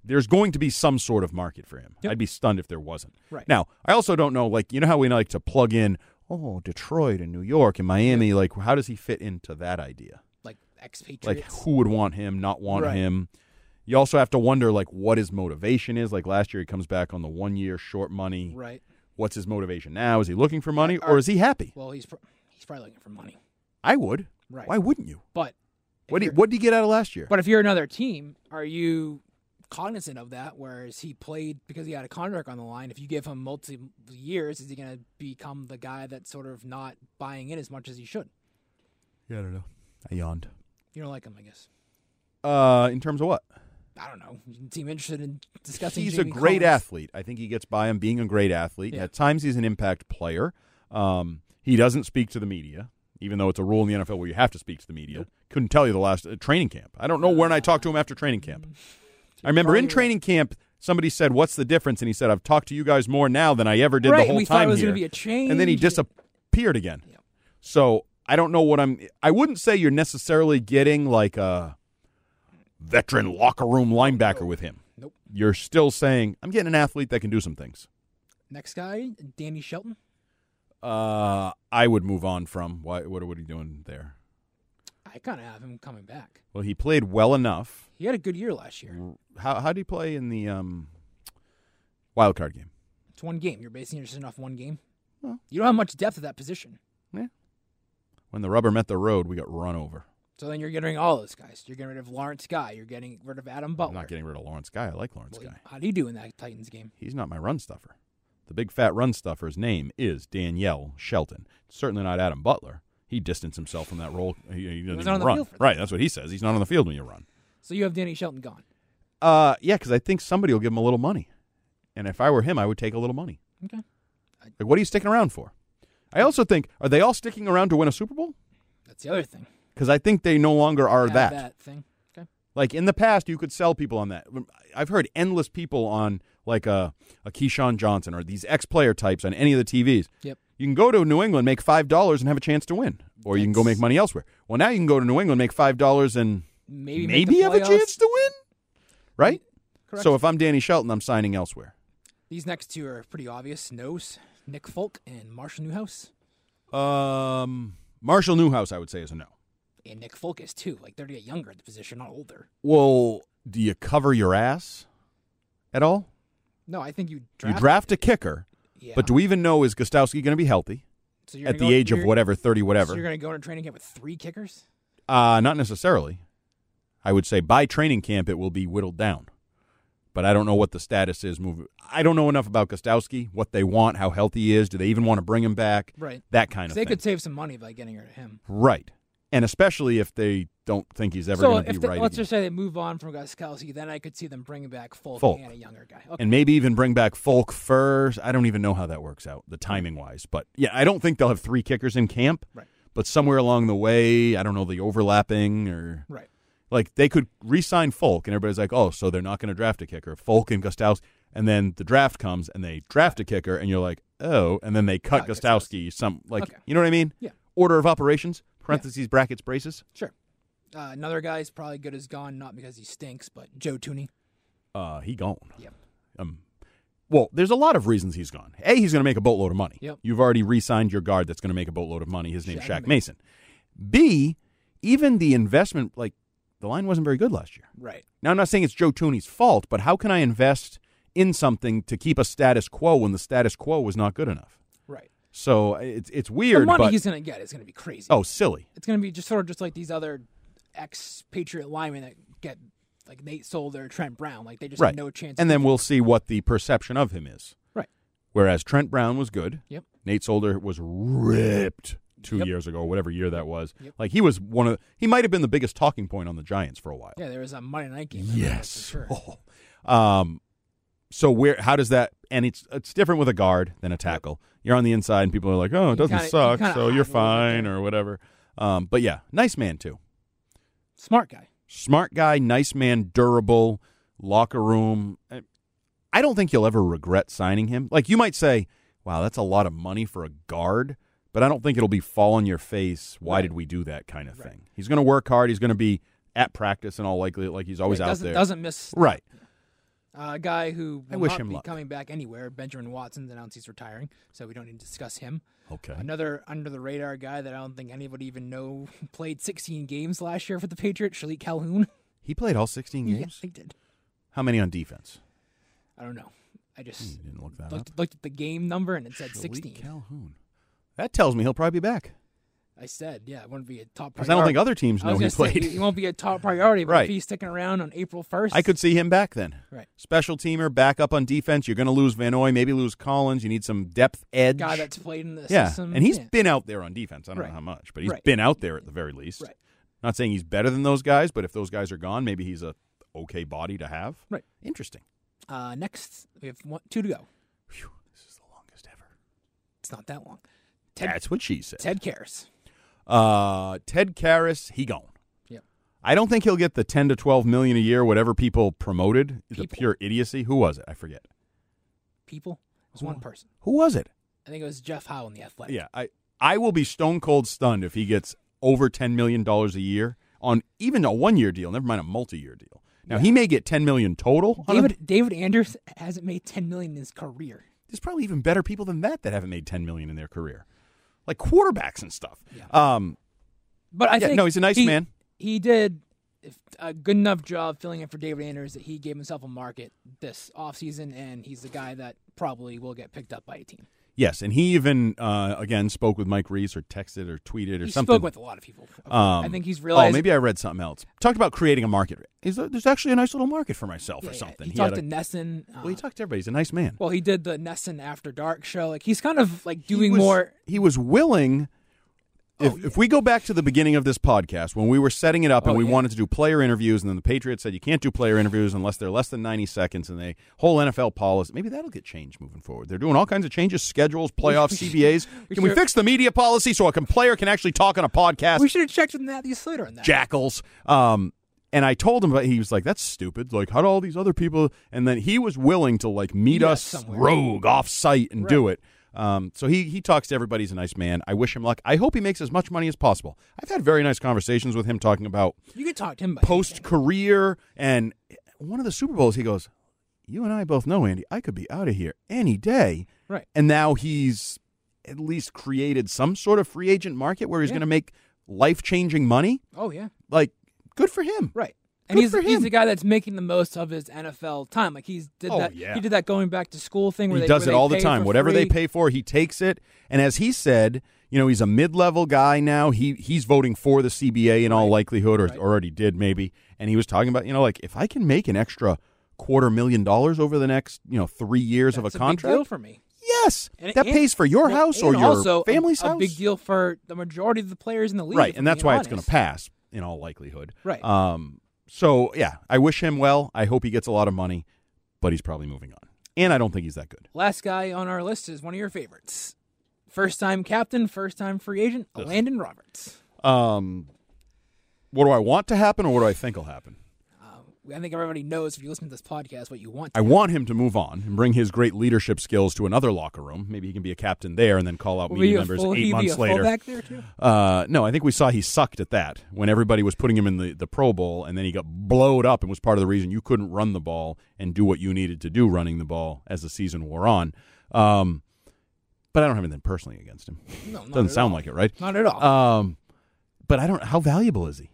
there's going to be some sort of market for him.
Yep.
I'd be stunned if there wasn't.
Right.
Now, I also don't know, like, you know how we like to plug in, oh, Detroit and New York and Miami, like, how does he fit into that idea?
like expatriates.
like who would want him not want
Right.
him you also have to wonder like what his motivation is like last year he comes back on the one year short money
right?
what's his motivation now is he looking for money or is he happy
Well, he's pr- he's probably looking for money,
i would
Right.
why wouldn't you
but if
what did,
you're-
what did he get out of last year
But if you're another team, are you cognizant of that. Whereas he played because he had a contract on the line. If you give him multi years, is he going to become the guy that's sort of not buying in as much as he should?
Yeah, I don't know. I yawned.
You don't like him, I guess.
Uh, in terms of what?
I don't know. You seem interested in discussing.
he's
Jamie
a great
Collins.
athlete. I think he gets by on being a great athlete. and
Yeah.
At times, he's an impact player. Um, he doesn't speak to the media, even though it's a rule in the NFL where you have to speak to the media. Couldn't tell you the last uh, training camp. I don't know when I talked to him after training camp. I remember in training camp. Somebody said, "What's the difference?" And he said, "I've talked to you guys more now than I ever did
Right,
the
and
whole
we thought it
time
was
here."
gonna be a change.
and then he disappeared again.
Yep.
So I don't know what I'm. I wouldn't say you're necessarily getting like a veteran locker room linebacker with him.
Nope.
You're still saying I'm getting an athlete that can do some things.
Next guy, Danny Shelton.
Uh, I would move on from why. What are what are you doing there?
I kind of have him coming back.
Well, he played well enough.
He had a good year last year.
How how did he play in the um wild card game?
It's one game. You're basing it just off one game.
Well.
You don't have much depth at that position.
When the rubber met the road, we got run over.
So then you're getting all those guys. You're getting rid of Lawrence Guy. You're getting rid of Adam
I'm
Butler.
not getting rid of Lawrence Guy. I like Lawrence
Well,
Guy.
How do you do in that Titans game?
He's not my run stuffer. The big fat run stuffer's name is Danielle Shelton. Certainly not Adam Butler. He distanced himself from that role. He, he doesn't even
was not on the
run.
field for that.
right, that's what he says. He's not on the field when you run.
So you have Danny Shelton gone.
Uh, yeah, because I think somebody will give him a little money. And if I were him, I would take a little money.
Okay.
Like, what are you sticking around for? I also think, are they all sticking around to win a Super Bowl?
That's the other thing.
Because I think they no longer are
Have
that.
that thing. Okay.
Like in the past, you could sell people on that. I've heard endless people on like a, a Keyshawn Johnson or these ex player types on any of the TVs.
Yep.
You can go to New England, make five dollars, and have a chance to win, or you can go
That's-
make money elsewhere. Well, now you can go to New England, make five dollars, and
Maybe
maybe,
make the
have a
playoffs.
chance to win. Right.
Correct.
So if I'm Danny Shelton, I'm signing elsewhere.
These next two are pretty obvious. Nose, Nick Folk, and Marshall Newhouse.
Um, Marshall Newhouse, I would say, is a no.
And Nick Folk is too. Like they're to get younger at the position, not older.
Well, do you cover your ass at all?
No, I think you draft.
You draft a kicker,
Yeah.
but do we even know is Gostowski going to be healthy
so you're
at the
gonna go-
age of
you're-
whatever thirty whatever?
So you're going to go into training camp with three kickers?
Uh, not necessarily. I would say by training camp it will be whittled down. But I don't know what the status is. Move. I don't know enough about Gostowski, what they want, how healthy he is. Do they even want to bring him back?
Right.
That kind of
they
thing.
could save some money by getting rid of him.
right. And especially if they don't think he's ever
so
going to be
if they,
right.
let's
again.
just say they move on from Goskowski, then I could see them bringing back Folk,
Folk.
and a younger guy. Okay.
and maybe even bring back Folk first. I don't even know how that works out, the timing wise. But yeah, I don't think they'll have three kickers in camp.
Right.
But somewhere along the way, I don't know the overlapping or
right.
Like they could re-sign Folk, and everybody's like, "Oh, so they're not going to draft a kicker." Folk and Gostowski, and then the draft comes, and they draft a kicker, and you're like, "Oh," and then they cut
Oh,
Gostowski. Some like,
Okay.
you know what I mean?
Yeah.
Order of operations: parentheses, brackets, braces.
Sure. Uh, another guy's probably good as gone, not because he stinks, but Joe Tooney.
Uh, he gone.
Yep.
Um, well, there's a lot of reasons he's gone. A, he's going to make a boatload of money.
Yep.
You've already re-signed your guard that's going to make a boatload of money. His name's
Shaq
Shaq, Mason. B, even the investment, like the line wasn't very good last year.
Right.
Now, I'm not saying it's Joe Tooney's fault, but how can I invest in something to keep a status quo when the status quo was not good enough?
Right.
So it's it's weird,
the money
but
he's going to get is going to be crazy.
oh, silly.
It's going to be just sort of just like these other ex-Patriot linemen that get, like Nate Solder, Trent Brown. Like they just
right,
have no chance.
And then we'll see what the perception of him is.
Right.
Whereas Trent Brown was good.
Yep.
Nate Solder was ripped two
Yep.
years ago, whatever year that was.
Yep.
Like he was one of he might have been the biggest talking point on the Giants for a while.
Yeah, there was a Monday night game. I remember that
Yes.
For sure. [laughs]
Oh. Um, so where? How does that? And it's it's different with a guard than a tackle. You're on the inside, and people are like, "Oh, it
You
doesn't
kinda- you
suck,
kinda
so you're
hide a little bit
fine" or whatever. Um, but yeah, nice man too.
Smart guy.
Smart guy, nice man, durable, locker room. I- I don't think you'll ever regret signing him. Like you might say, "Wow, that's a lot of money for a guard," but I don't think it'll be fall on your face. Why did we do that kind of thing? He's going to work hard. He's going to be at practice and all likely like he's always
Yeah,
out
doesn't,
there.
Doesn't miss
Right.
Uh, a guy who will
I wish
not
him
be
luck.
coming back anywhere. Benjamin Watson's announced he's retiring, so we don't need to discuss him.
Okay.
Another under the radar guy that I don't think anybody even know [laughs] played 16 games last year for the Patriots, Shalik Calhoun. [laughs]
He played all 16 games?
Yes, he did.
How many on defense?
I don't know. I just
Hmm, Didn't look that
looked, looked at the game number and it said 16.
Calhoun. That tells me he'll probably be back.
I said, yeah, it wouldn't be a top
Because
priority.
I don't think other teams
I
know
was
he
gonna say,
played.
he won't be a top priority, but
Right.
if he's sticking around on April 1st,
I could see him back then.
Right.
Special teamer, back up on defense. You're going to lose Vanoy, maybe lose Collins. You need some depth edge.
guy that's played in the
yeah,
system.
and he's
yeah.
been out there on defense. I don't
Right.
know how much, but he's
Right.
been out there at the very least.
Right.
Not saying he's better than those guys, but if those guys are gone, maybe he's a okay body to have.
Right.
Interesting.
Uh, next, we have one, two to go.
Phew, this is the longest ever.
It's not that long. Ted,
That's what she said.
Ted cares.
Uh, Ted Karras, he gone.
Yep.
I don't think he'll get the ten to twelve million a year, whatever people promoted. It's a
People.
pure idiocy. Who was it? I forget.
People. It was one person.
Who was it?
I think it was Jeff Howe in the Athletic.
Yeah, I I will be stone cold stunned if he gets over ten million dollars a year on even a one year deal. Never mind a multi year deal. Now he may get ten million total. on a-
David David Anders hasn't made 10 million in his career.
there's probably even better people than that that haven't made ten million in their career, like quarterbacks and stuff.
Yeah.
Um,
But I
Yeah,
think
no, he's a nice
he-
man.
He did a good enough job filling in for David Anders that he gave himself a market this offseason, and he's the guy that probably will get picked up by a team.
yes, and he even uh, again spoke with Mike Reese or texted or tweeted or
He
something.
spoke with a lot of people.
Um,
I think he's realized.
Oh, maybe I read something else. Talked about creating a market. Is there- there's actually a nice little market for myself
Yeah,
or
yeah.
something.
He,
had
talked
a-
to Nesson. uh,
well, he talked to everybody. He's a nice man.
well, he did the Nesson After Dark show. Like he's kind of like doing
he was,
more. Oh,
He was willing. If, if we go back to the beginning of this podcast, when we were setting it up and
Oh,
we
yeah.
wanted to do player interviews, and then the Patriots said you can't do player interviews unless they're less than 90 seconds, and they whole NFL policy. Maybe that'll get changed moving forward. They're doing all kinds of changes, schedules,
[laughs]
playoffs, CBAs. Can we
should-
fix the media policy so a com- player can actually talk on a podcast?
We should have checked with Matthew Slater on that.
jackals. Um, and I told him, but he was like, "That's stupid. Like, how do all these other people?" And then he was willing to like meet
Meet us
us
somewhere.
rogue off site and do it. Um, so he he talks to everybody. He's a nice man. I wish him luck. I hope he makes as much money as possible. I've had very nice conversations with him talking about
You could talk to him. About
post career and one of the Super Bowls. He goes, "You and I both know, Andy. I could be out of here any day."
Right.
And now he's at least created some sort of free agent market where he's
Yeah.
going to make life changing money
Oh yeah.
like good for him.
Right.
Good
And he's
for
he's
him.
the guy that's making the most of his NFL time. Like he's did
Oh,
that.
yeah.
He did that going back to school thing. Where
He
they,
does
where
it
they
all the
pay
time.
for
Whatever they
free.
pay for, he takes it. And as he said, you know, he's a mid-level guy now. He he's voting for the CBA in all likelihood, or already did maybe. And he was talking about, you know, like if I can make an extra quarter million dollars over the next, you know, three years of
That's
a
big deal
contract.
for me.
yes,
And it-
that
and-
pays for your
well,
house or
and
your
also a-
family's
a
house.
big deal for the majority of the players in the league.
right?
if
And
I'm
that's
being
why it's going
honest.
to pass in all likelihood.
Right.
Um. So yeah, I wish him well. I hope he gets a lot of money, but he's probably moving on. And I don't think he's that good.
Last guy on our list is one of your favorites. First time captain, first time free agent, Landon Roberts.
Um, what do I want to happen, or what do I think will happen?
I think everybody knows if you listen to this podcast what you want.
I want him to move on and bring his great leadership skills to another locker room. Maybe he can be a captain there, and then call out
Will
media
be a
members
full-
eight
he be
months
a
later.
fullback there too?
Uh, no, I think we saw he sucked at that when everybody was putting him in the, the Pro Bowl, and then he got blowed up, and was part of the reason you couldn't run the ball and do what you needed to do running the ball as the season wore on. Um, but I don't have anything personally against him.
No, not
Doesn't
at
sound
all.
like it, right?
Not at all.
Um, but I don't. How valuable is he?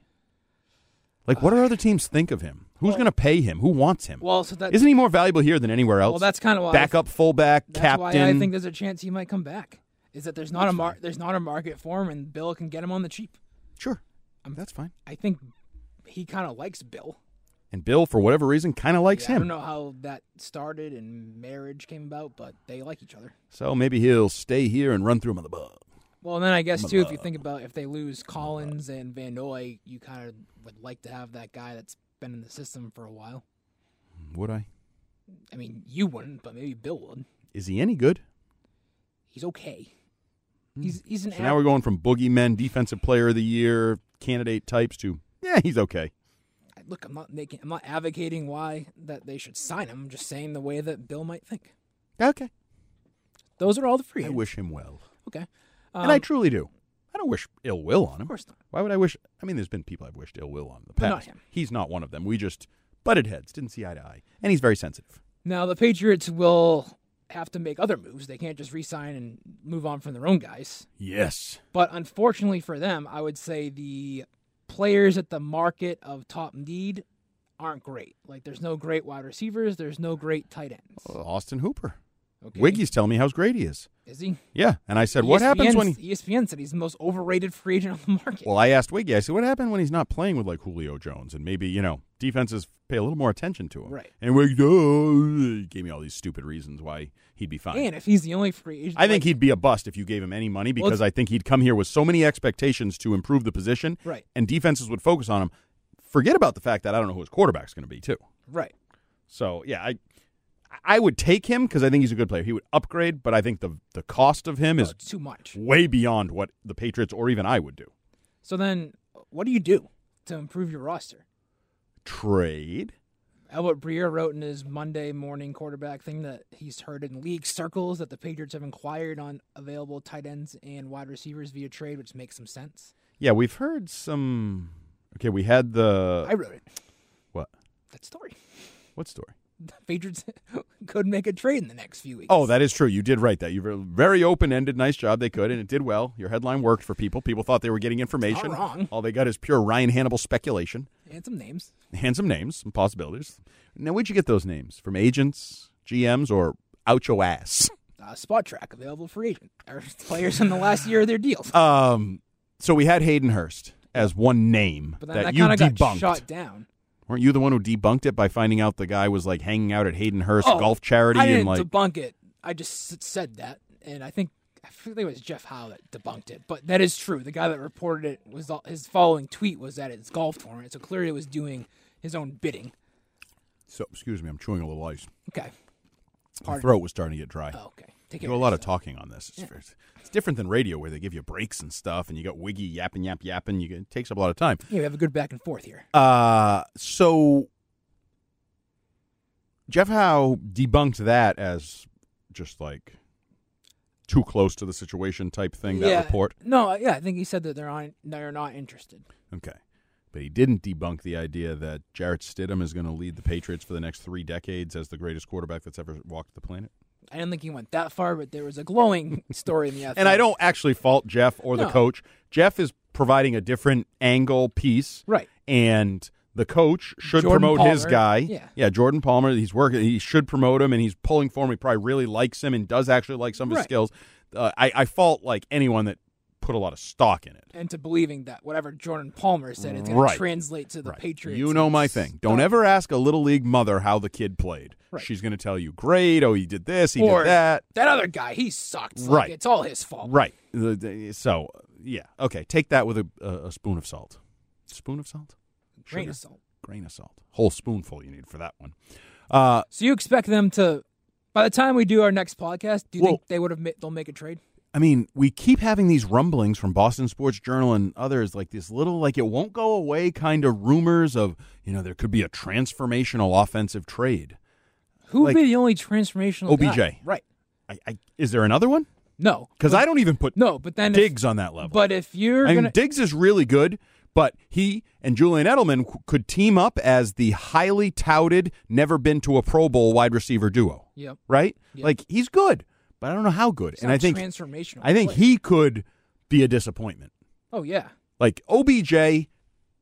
Like, what do other teams think of him? Who's going to pay him? Who wants him?
well, so that
Isn't he more valuable here than anywhere else?
well, that's kind of why I
backup fullback,
That's
captain.
why I think there's a chance he might come back. Is that there's not a mar- there's not a market for him, and Bill can get him on the cheap.
sure, that's fine.
I think he kind of likes Bill.
And Bill, for whatever reason, kind of likes
Yeah, I
him.
don't know how that started and marriage came about, but they like each other.
So maybe he'll stay here and run through him on the bug.
Well, and then I guess too, if you think about if they lose Collins and Van Noy, you kind of would like to have that guy that's been in the system for a while.
Would I?
I mean, you wouldn't, but maybe Bill would.
Is he any good?
He's okay. He's he's an
Hmm. So now we're going from boogeymen, defensive player of the year candidate types to yeah, he's okay.
I- look, I'm not making, I'm not advocating why that they should sign him. I'm just saying the way that Bill might think.
Okay,
Those are all the free.
I
agents.
wish him well,
Okay.
and I
Um,
truly do. I don't wish ill will on him.
of course not.
Why would I wish? I mean, there's been people I've wished ill will on in the
But not
past.
him.
He's not one of them. We just butted heads, didn't see eye to eye, and he's very sensitive.
Now the Patriots will have to make other moves. They can't just re-sign and move on from their own guys.
Yes.
But unfortunately for them, I would say the players at the market of top need aren't great. Like there's no great wide receivers. There's no great tight ends.
Austin Hooper.
Okay.
Uh, Wiggy's telling me how great he is.
Is he? E
Yeah, and I said, what happens when he?
ESPN said he's the most overrated free agent on the market?
Well, I asked Wiggy. I said, "What happened when he's not playing with like Julio Jones and maybe you know defenses pay a little more attention to him?"
Right.
And Wiggy "Oh," gave me all these stupid reasons why he'd be fine.
and if he's the only free agent,
I think
like,
he'd be a bust if you gave him any money
Well,
because I think he'd come here with so many expectations to improve the position,
Right.
And defenses would focus on him. Forget about the fact that I don't know who his quarterback's going to be too.
right.
So yeah, I I would take him because I think he's a good player. He would upgrade, but I think the the cost of him
Oh,
is
it's too much.
way beyond what the Patriots or even I would do.
So then, what do you do to improve your roster?
Trade.
Albert Breer wrote in his Monday morning quarterback thing that he's heard in league circles that the Patriots have inquired on available tight ends and wide receivers via trade, which makes some sense.
Yeah, we've heard some. Okay, we had the
I wrote it.
what?
That story.
What story?
The Patriots [laughs] could make a trade in the next few weeks.
Oh, that is true. You did write that. You were very open ended. Nice job. They could, and it did well. Your headline worked for people. People thought they were getting information.
It's not wrong.
All they got is pure Ryan Hannibal speculation.
and some names.
Handsome names, some possibilities. Now, where'd you get those names? From agents, GMs, or out your ass?
Uh, spot track available free agent or [laughs] players in the last year of their deals.
Um, so we had Hayden Hurst as one name
but then
that,
that
you
kind of got
debunked.
shot down.
Weren't you the one who debunked it by finding out the guy was like hanging out at Hayden Hurst
Oh,
golf charity
I didn't
and like
debunk it. I just s- said that, and I think I think it was Jeff Howe that debunked it. But that is true. The guy that reported it was all, his following tweet was that it's golf tournament, so clearly it was doing his own bidding.
So, excuse me, I'm chewing a little ice.
Okay.
My
Pardon.
throat was starting to get dry.
Oh, okay. Take
You
it.
do a lot of talking on this. It's, it's- it's different than radio where they give you breaks and stuff, and you got Wiggy yapping, yap, yapping. You get, it takes up a lot of time.
Yeah, we have a good back and forth here.
Uh, so Jeff Howe debunked that as just like too close to the situation type thing.
yeah.
That report,
No, uh, yeah, I think he said that they're on. They're not interested.
okay. But he didn't debunk the idea that Jarrett Stidham is going to lead the Patriots for the next three decades as the greatest quarterback that's ever walked the planet.
I didn't think he went that far, but there was a glowing [laughs] story in the.
And I
Athletic.
don't actually fault Jeff or the
No.
coach. Jeff is providing a different angle piece.
Right.
And the coach should
Jordan
promote his
Palmer.
guy.
Yeah.
Jordan Palmer. He's working. He should promote him, and he's pulling for him. He probably really likes him and does actually like some of his
Right.
skills. Uh, I, I fault like anyone that put a lot of stock in it.
and to believing that whatever Jordan Palmer said is going
Right.
to translate to the Patriots.
You know my thing. Don't ever ask a little league mother how the kid played.
Right.
She's going to tell you, great. Oh, he did this. He
Or
did that.
that other guy, he sucked. Like,
Right.
It's all his fault.
Right. The- the- So yeah, okay. Take that with a, a, a spoon of salt. Spoon of salt.
Grain
Sugar?
of salt.
Grain of salt. Whole spoonful you need for that one. Uh,
So you expect them to, by the time we do our next podcast, do you
Well-
think they would have ma- they'll make a trade?
I mean, we keep having these rumblings from Boston Sports Journal and others, like this little, like it won't go away kind of rumors of, you know, there could be a transformational offensive trade.
Who would
Like-
be the only transformational
OBJ.
guy? Oh Right.
I, I, is there another one?
No.
Because
But-
I don't even put
No, but then if-
Diggs on that level.
But if you're
I mean,
gonna
Diggs is really good, but he and Julian Edelman c- could team up as the highly touted, never been to a Pro Bowl wide receiver duo.
Yep.
Right?
Yep.
Like he's good, but I don't know how good.
He's
and
not
I think
transformational
I think
player.
he could be a disappointment.
Oh yeah.
Like OBJ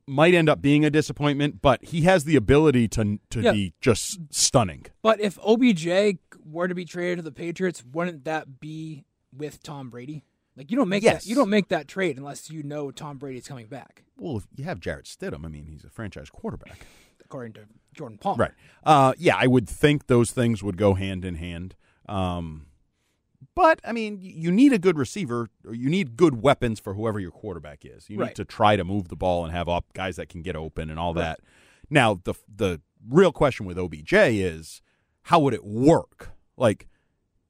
might end up being a disappointment, but he has the ability to to
Yeah.
be just stunning.
But if OBJ were to be traded to the Patriots, wouldn't that be with Tom Brady? Like you don't make
Yes.
that you don't make that trade unless you know Tom Brady's coming back,
Well, if you have Jarrett Stidham, I mean, he's a franchise quarterback.
according to Jordan Palmer.
Right. Uh, yeah, I would think those things would go hand in hand. Um, but I mean, y- you need a good receiver, or you need good weapons for whoever your quarterback is. You need
Right.
to try to move the ball and have op- guys that can get open and all that. Now, the the real question with OBJ is how would it work? Like,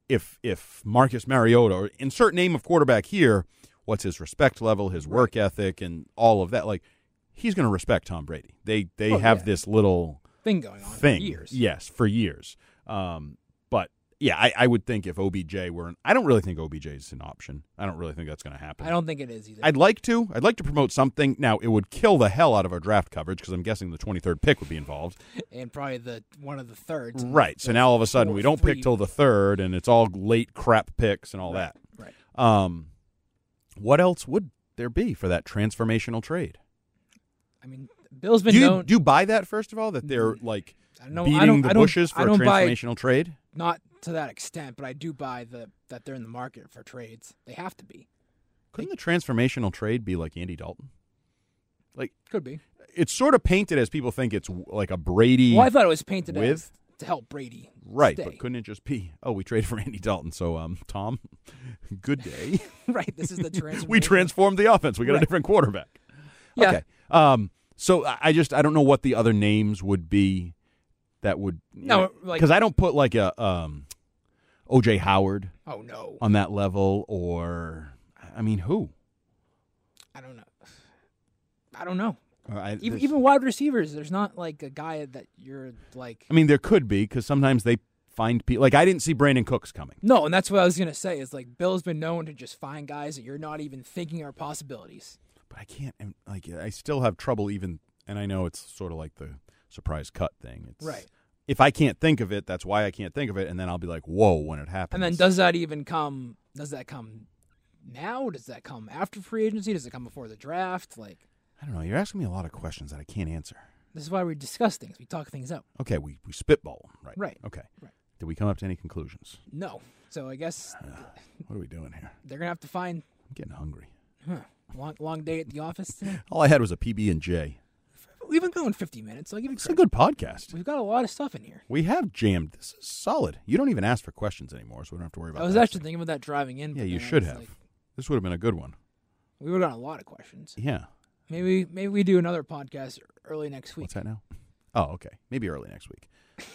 if if Marcus Mariota or insert name of quarterback here, what's his respect level, his work ethic, and all of that? Like, he's going to respect Tom Brady. They they
Oh,
have
yeah.
this little
Thing going on
thing.
for years.
Yes, for years. Um, but yeah, I, I would think if OBJ were, an, I don't really think OBJ is an option. I don't really think that's going to happen.
I don't think it is either.
I'd like to. I'd like to promote something. Now, it would kill the hell out of our draft coverage because I'm guessing the 23rd pick would be involved.
and probably the one of the thirds.
Right. So now all of a sudden we don't pick till the third, and it's all late crap picks and all
Right.
that. Um, what else would there be for that transformational trade?
I mean, Bill's been
do you
known
do you buy that first of all that they're like
Mm, I don't know- I
beating
don't-
the
I don't-
bushes
I
for a
don't buy-
transformational trade?
not to that extent, but I do buy the that they're in the market for trades. They have to be.
Couldn't the transformational trade be like Andy Dalton? Like
Could be.
it's sort of painted as people think it's w- like a Brady.
Well, I thought it was painted
With?
as to help Brady.
right,
stay.
but couldn't it just be? Oh, we traded for Andy Dalton, so um, Tom, [laughs] good
[laughs]
day.
[laughs] right. This
[laughs]
is the transfer.
we transformed the offense. We got a
Right.
different quarterback.
Yeah.
Okay. Um. So I I just I don't know what the other names would be that would
No, like-
because I don't put like a um, OJ Howard
Oh no,
on that level or I mean who
I don't know. [sighs] I don't know.
Or I,
Even,
there's-
even wide receivers, there's not like a guy that you're like.
I mean there could be because sometimes they find people like I didn't see Brandon Cooks coming.
No, and that's what I was gonna say. Is like Bill's been known to just find guys that you're not even thinking are possibilities.
but I can't. and, Like, I still have trouble even, and I know it's sort of like the surprise cut thing. It's,
Right.
If I can't think of it, that's why I can't think of it, and then I'll be like, "Whoa!" when it happens.
And then does that even come? Does that come now? Does that come after free agency? Does it come before the draft? Like
I don't know. You're asking me a lot of questions that I can't answer.
this is why we discuss things. We talk things out.
Okay, we we spitball 'em, right?
Right.
Okay.
Right.
Did we come up to any conclusions?
No, so I guess
What are we doing here?
they're gonna have to find
I'm getting hungry.
long long day at the office. Today.
All I had was a PB and J.
We've been going 50 minutes. So I'll give you.
It's a
Credit.
good podcast.
We've got a lot of stuff in here.
We have jammed. This is solid. You don't even ask for questions anymore, so we don't have to worry about.
I was
that.
actually thinking about that driving in.
Yeah,
but
you
then I
should
was
have.
like-
this would have been a good one.
we were on a lot of questions.
Yeah.
Maybe maybe we do another podcast early next week.
What's that now? Oh, okay. Maybe early next week.
[laughs]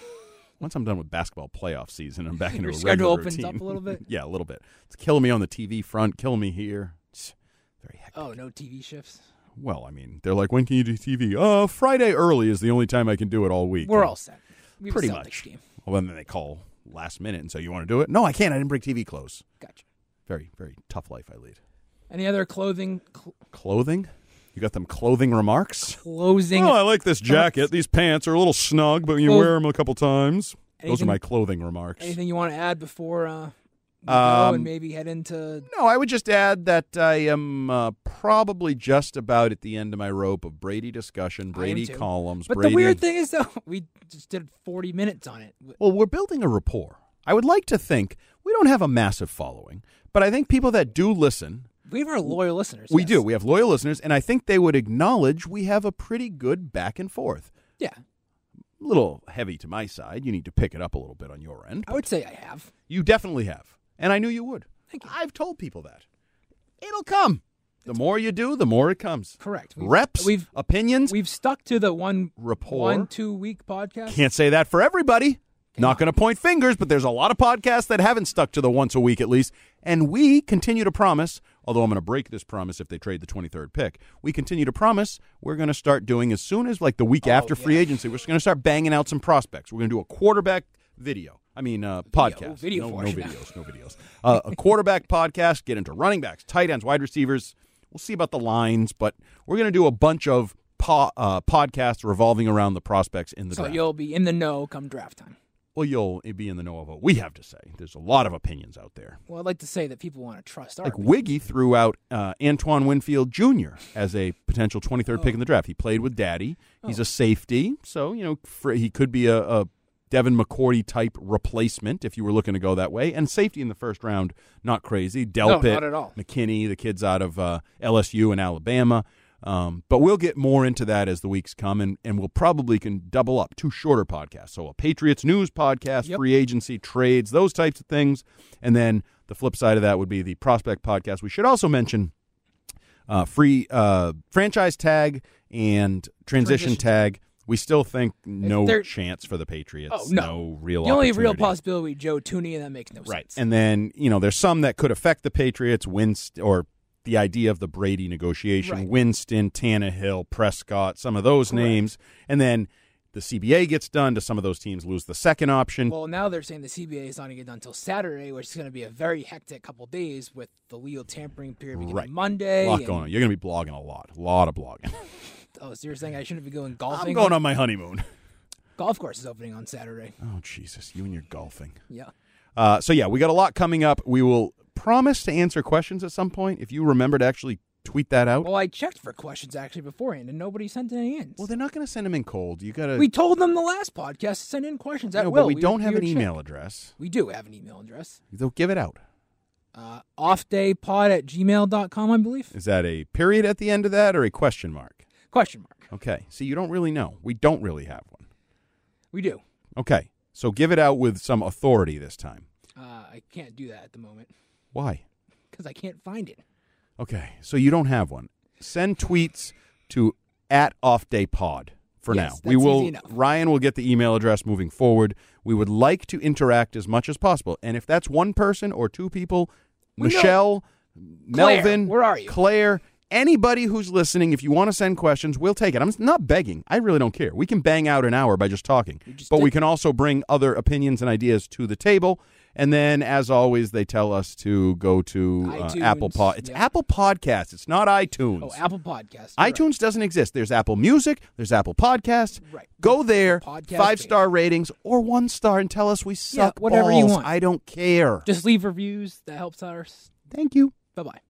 Once I'm done with basketball playoff season, I'm back into
Your
a
schedule
regular
opens
routine.
up a little bit?
[laughs] yeah, a little bit. It's killing me on the TV front, killing me here. It's very hectic.
Oh, no TV shifts.
Well, I mean, they're like, when can you do TV? Uh, Friday early is the only time I can do it all week.
We're
And-
all set. We have a
pretty
Celtics
much.
Game.
Well, then they call last minute and say, you want to do it? No, I can't. I didn't bring TV clothes.
Gotcha.
Very, very tough life I lead.
Any other clothing cl-
Clothing? You got them clothing remarks?
closing?
Oh, I like this
uh-huh.
jacket. These pants are a little snug, but you
Clo-
wear them a couple times. Those are
Anything-
my clothing remarks.
Anything you want to add before uh, we go
Um,
and maybe head into?
No, I would just add that I am uh, probably just about at the end of my rope of Brady discussion, Brady
too.
columns.
But
Brady.
the weird thing is though, [laughs] we just did 40 minutes on it.
Well, we're building a rapport. I would like to think we don't have a massive following, but I think people that do listen,
We have our loyal listeners.
we
yes.
do. We have loyal listeners, and I think they would acknowledge we have a pretty good back and forth.
Yeah,
A little heavy to my side. You need to pick it up a little bit on your end.
I would say I have.
You definitely have. And I knew you would.
Thank you.
I've told people that. It'll come. The more you do, the more it comes.
Correct. We've-
Reps,
We've
opinions.
we've stuck to the one
Rapport.
one two week podcast.
Can't say that for everybody. Not going to point fingers, but there's a lot of podcasts that haven't stuck to the once a week at least. And we continue to promise, although I'm going to break this promise if they trade the 23rd pick, we continue to promise we're going to start doing as soon as like the
Oh,
week after free agency, we're going to start banging out some prospects. We're going to do a quarterback video. I mean, uh, podcast.
video
no, no
portion.
videos, no videos. Uh, a quarterback podcast, get into running backs, tight ends, wide receivers. We'll see about the lines, but we're going to do a bunch of po- uh, podcasts revolving around the prospects in the
so
draft
you'll be in the know come draft time.
well, you'll be in the know of what we have to say. There's a lot of opinions out there.
Well, I'd like to say that people want to trust [laughs] our.
Like Wiggy threw out uh, Antoine Winfield Jr. as a potential 23rd pick in the draft. He played with Daddy. He's a safety, so you know fr he could be a, a Devin McCourty type replacement if you were looking to go that way. And safety in the first round, not crazy. Delpit,
not at all.
McKinney, the kids out of uh, LSU and Alabama. Um, but we'll get more into that as the weeks come, and, and we'll probably can double up two shorter podcasts. So a Patriots news podcast,
Yep.
free agency trades, those types of things, and then the flip side of that would be the prospect podcast. We should also mention uh, free uh, franchise tag and transition,
Transition
tag. We still think no
they're-
chance for the Patriots.
Oh, no.
real.
the only real
opportunity.
possibility, Joe Tooney, and that makes no
Right.
sense.
And then, you know, there's some that could affect the Patriots, Winst or the idea of the Brady negotiation,
Right.
Winston, Tannehill, Prescott, some of those
Correct.
names. And then the CBA gets done. Do some of those teams lose the second option?
well, now they're saying the CBA is not going to get done until Saturday, which is going to be a very hectic couple days with the legal tampering period beginning
Right.
Monday.
a lot
and-
going on. You're going to be blogging a lot, a lot of blogging.
Oh, so you're saying I shouldn't be going golfing?
I'm going on my honeymoon. [laughs]
Golf course is opening on Saturday.
Oh, Jesus. You and your golfing.
Yeah.
Uh, so yeah, we got a lot coming up. We will promise to answer questions at some point. If you remember to actually tweet that out?
Well, I checked for questions actually beforehand, and nobody sent any in.
Well, they're not going to send them in cold. You got to.
we told them the last podcast to send in questions. At
no,
will.
but we, don't have
would
an
check.
email address.
We do have an email address.
So give it out.
Uh, offdaypod at gmail.com, I believe.
Is that a period at the end of that or a question mark?
Question mark.
Okay. See, you don't really know. We don't really have one.
We do.
Okay. So give it out with some authority this time.
Uh, I can't do that at the moment
Why?
because I can't find it.
Okay. So you don't have one. Send tweets to at off day pod for
Yes,
now. We
that's
will
easy enough.
Ryan will get the email address moving forward. We would like to interact as much as possible. And if that's one person or two people,
We know-
Michelle,
Claire,
Melvin,
where are you?
Claire, anybody who's listening, if you want to send questions, we'll take it. I'm not begging. I really don't care. We can bang out an hour by just talking.
just
but we
did.
can also bring other opinions and ideas to the table. And then, as always, they tell us to go to uh,
iTunes,
Apple Pod. It's
yep.
Apple Podcasts. It's not iTunes.
Oh, Apple Podcast. You're right.
iTunes doesn't exist. There's Apple Music. There's Apple Podcasts.
Right.
Go there.
Podcast
five star ratings or one star, and tell us we suck.
whatever you
balls.
want.
I don't care.
Just leave reviews. That helps us.
Thank you.
Bye bye.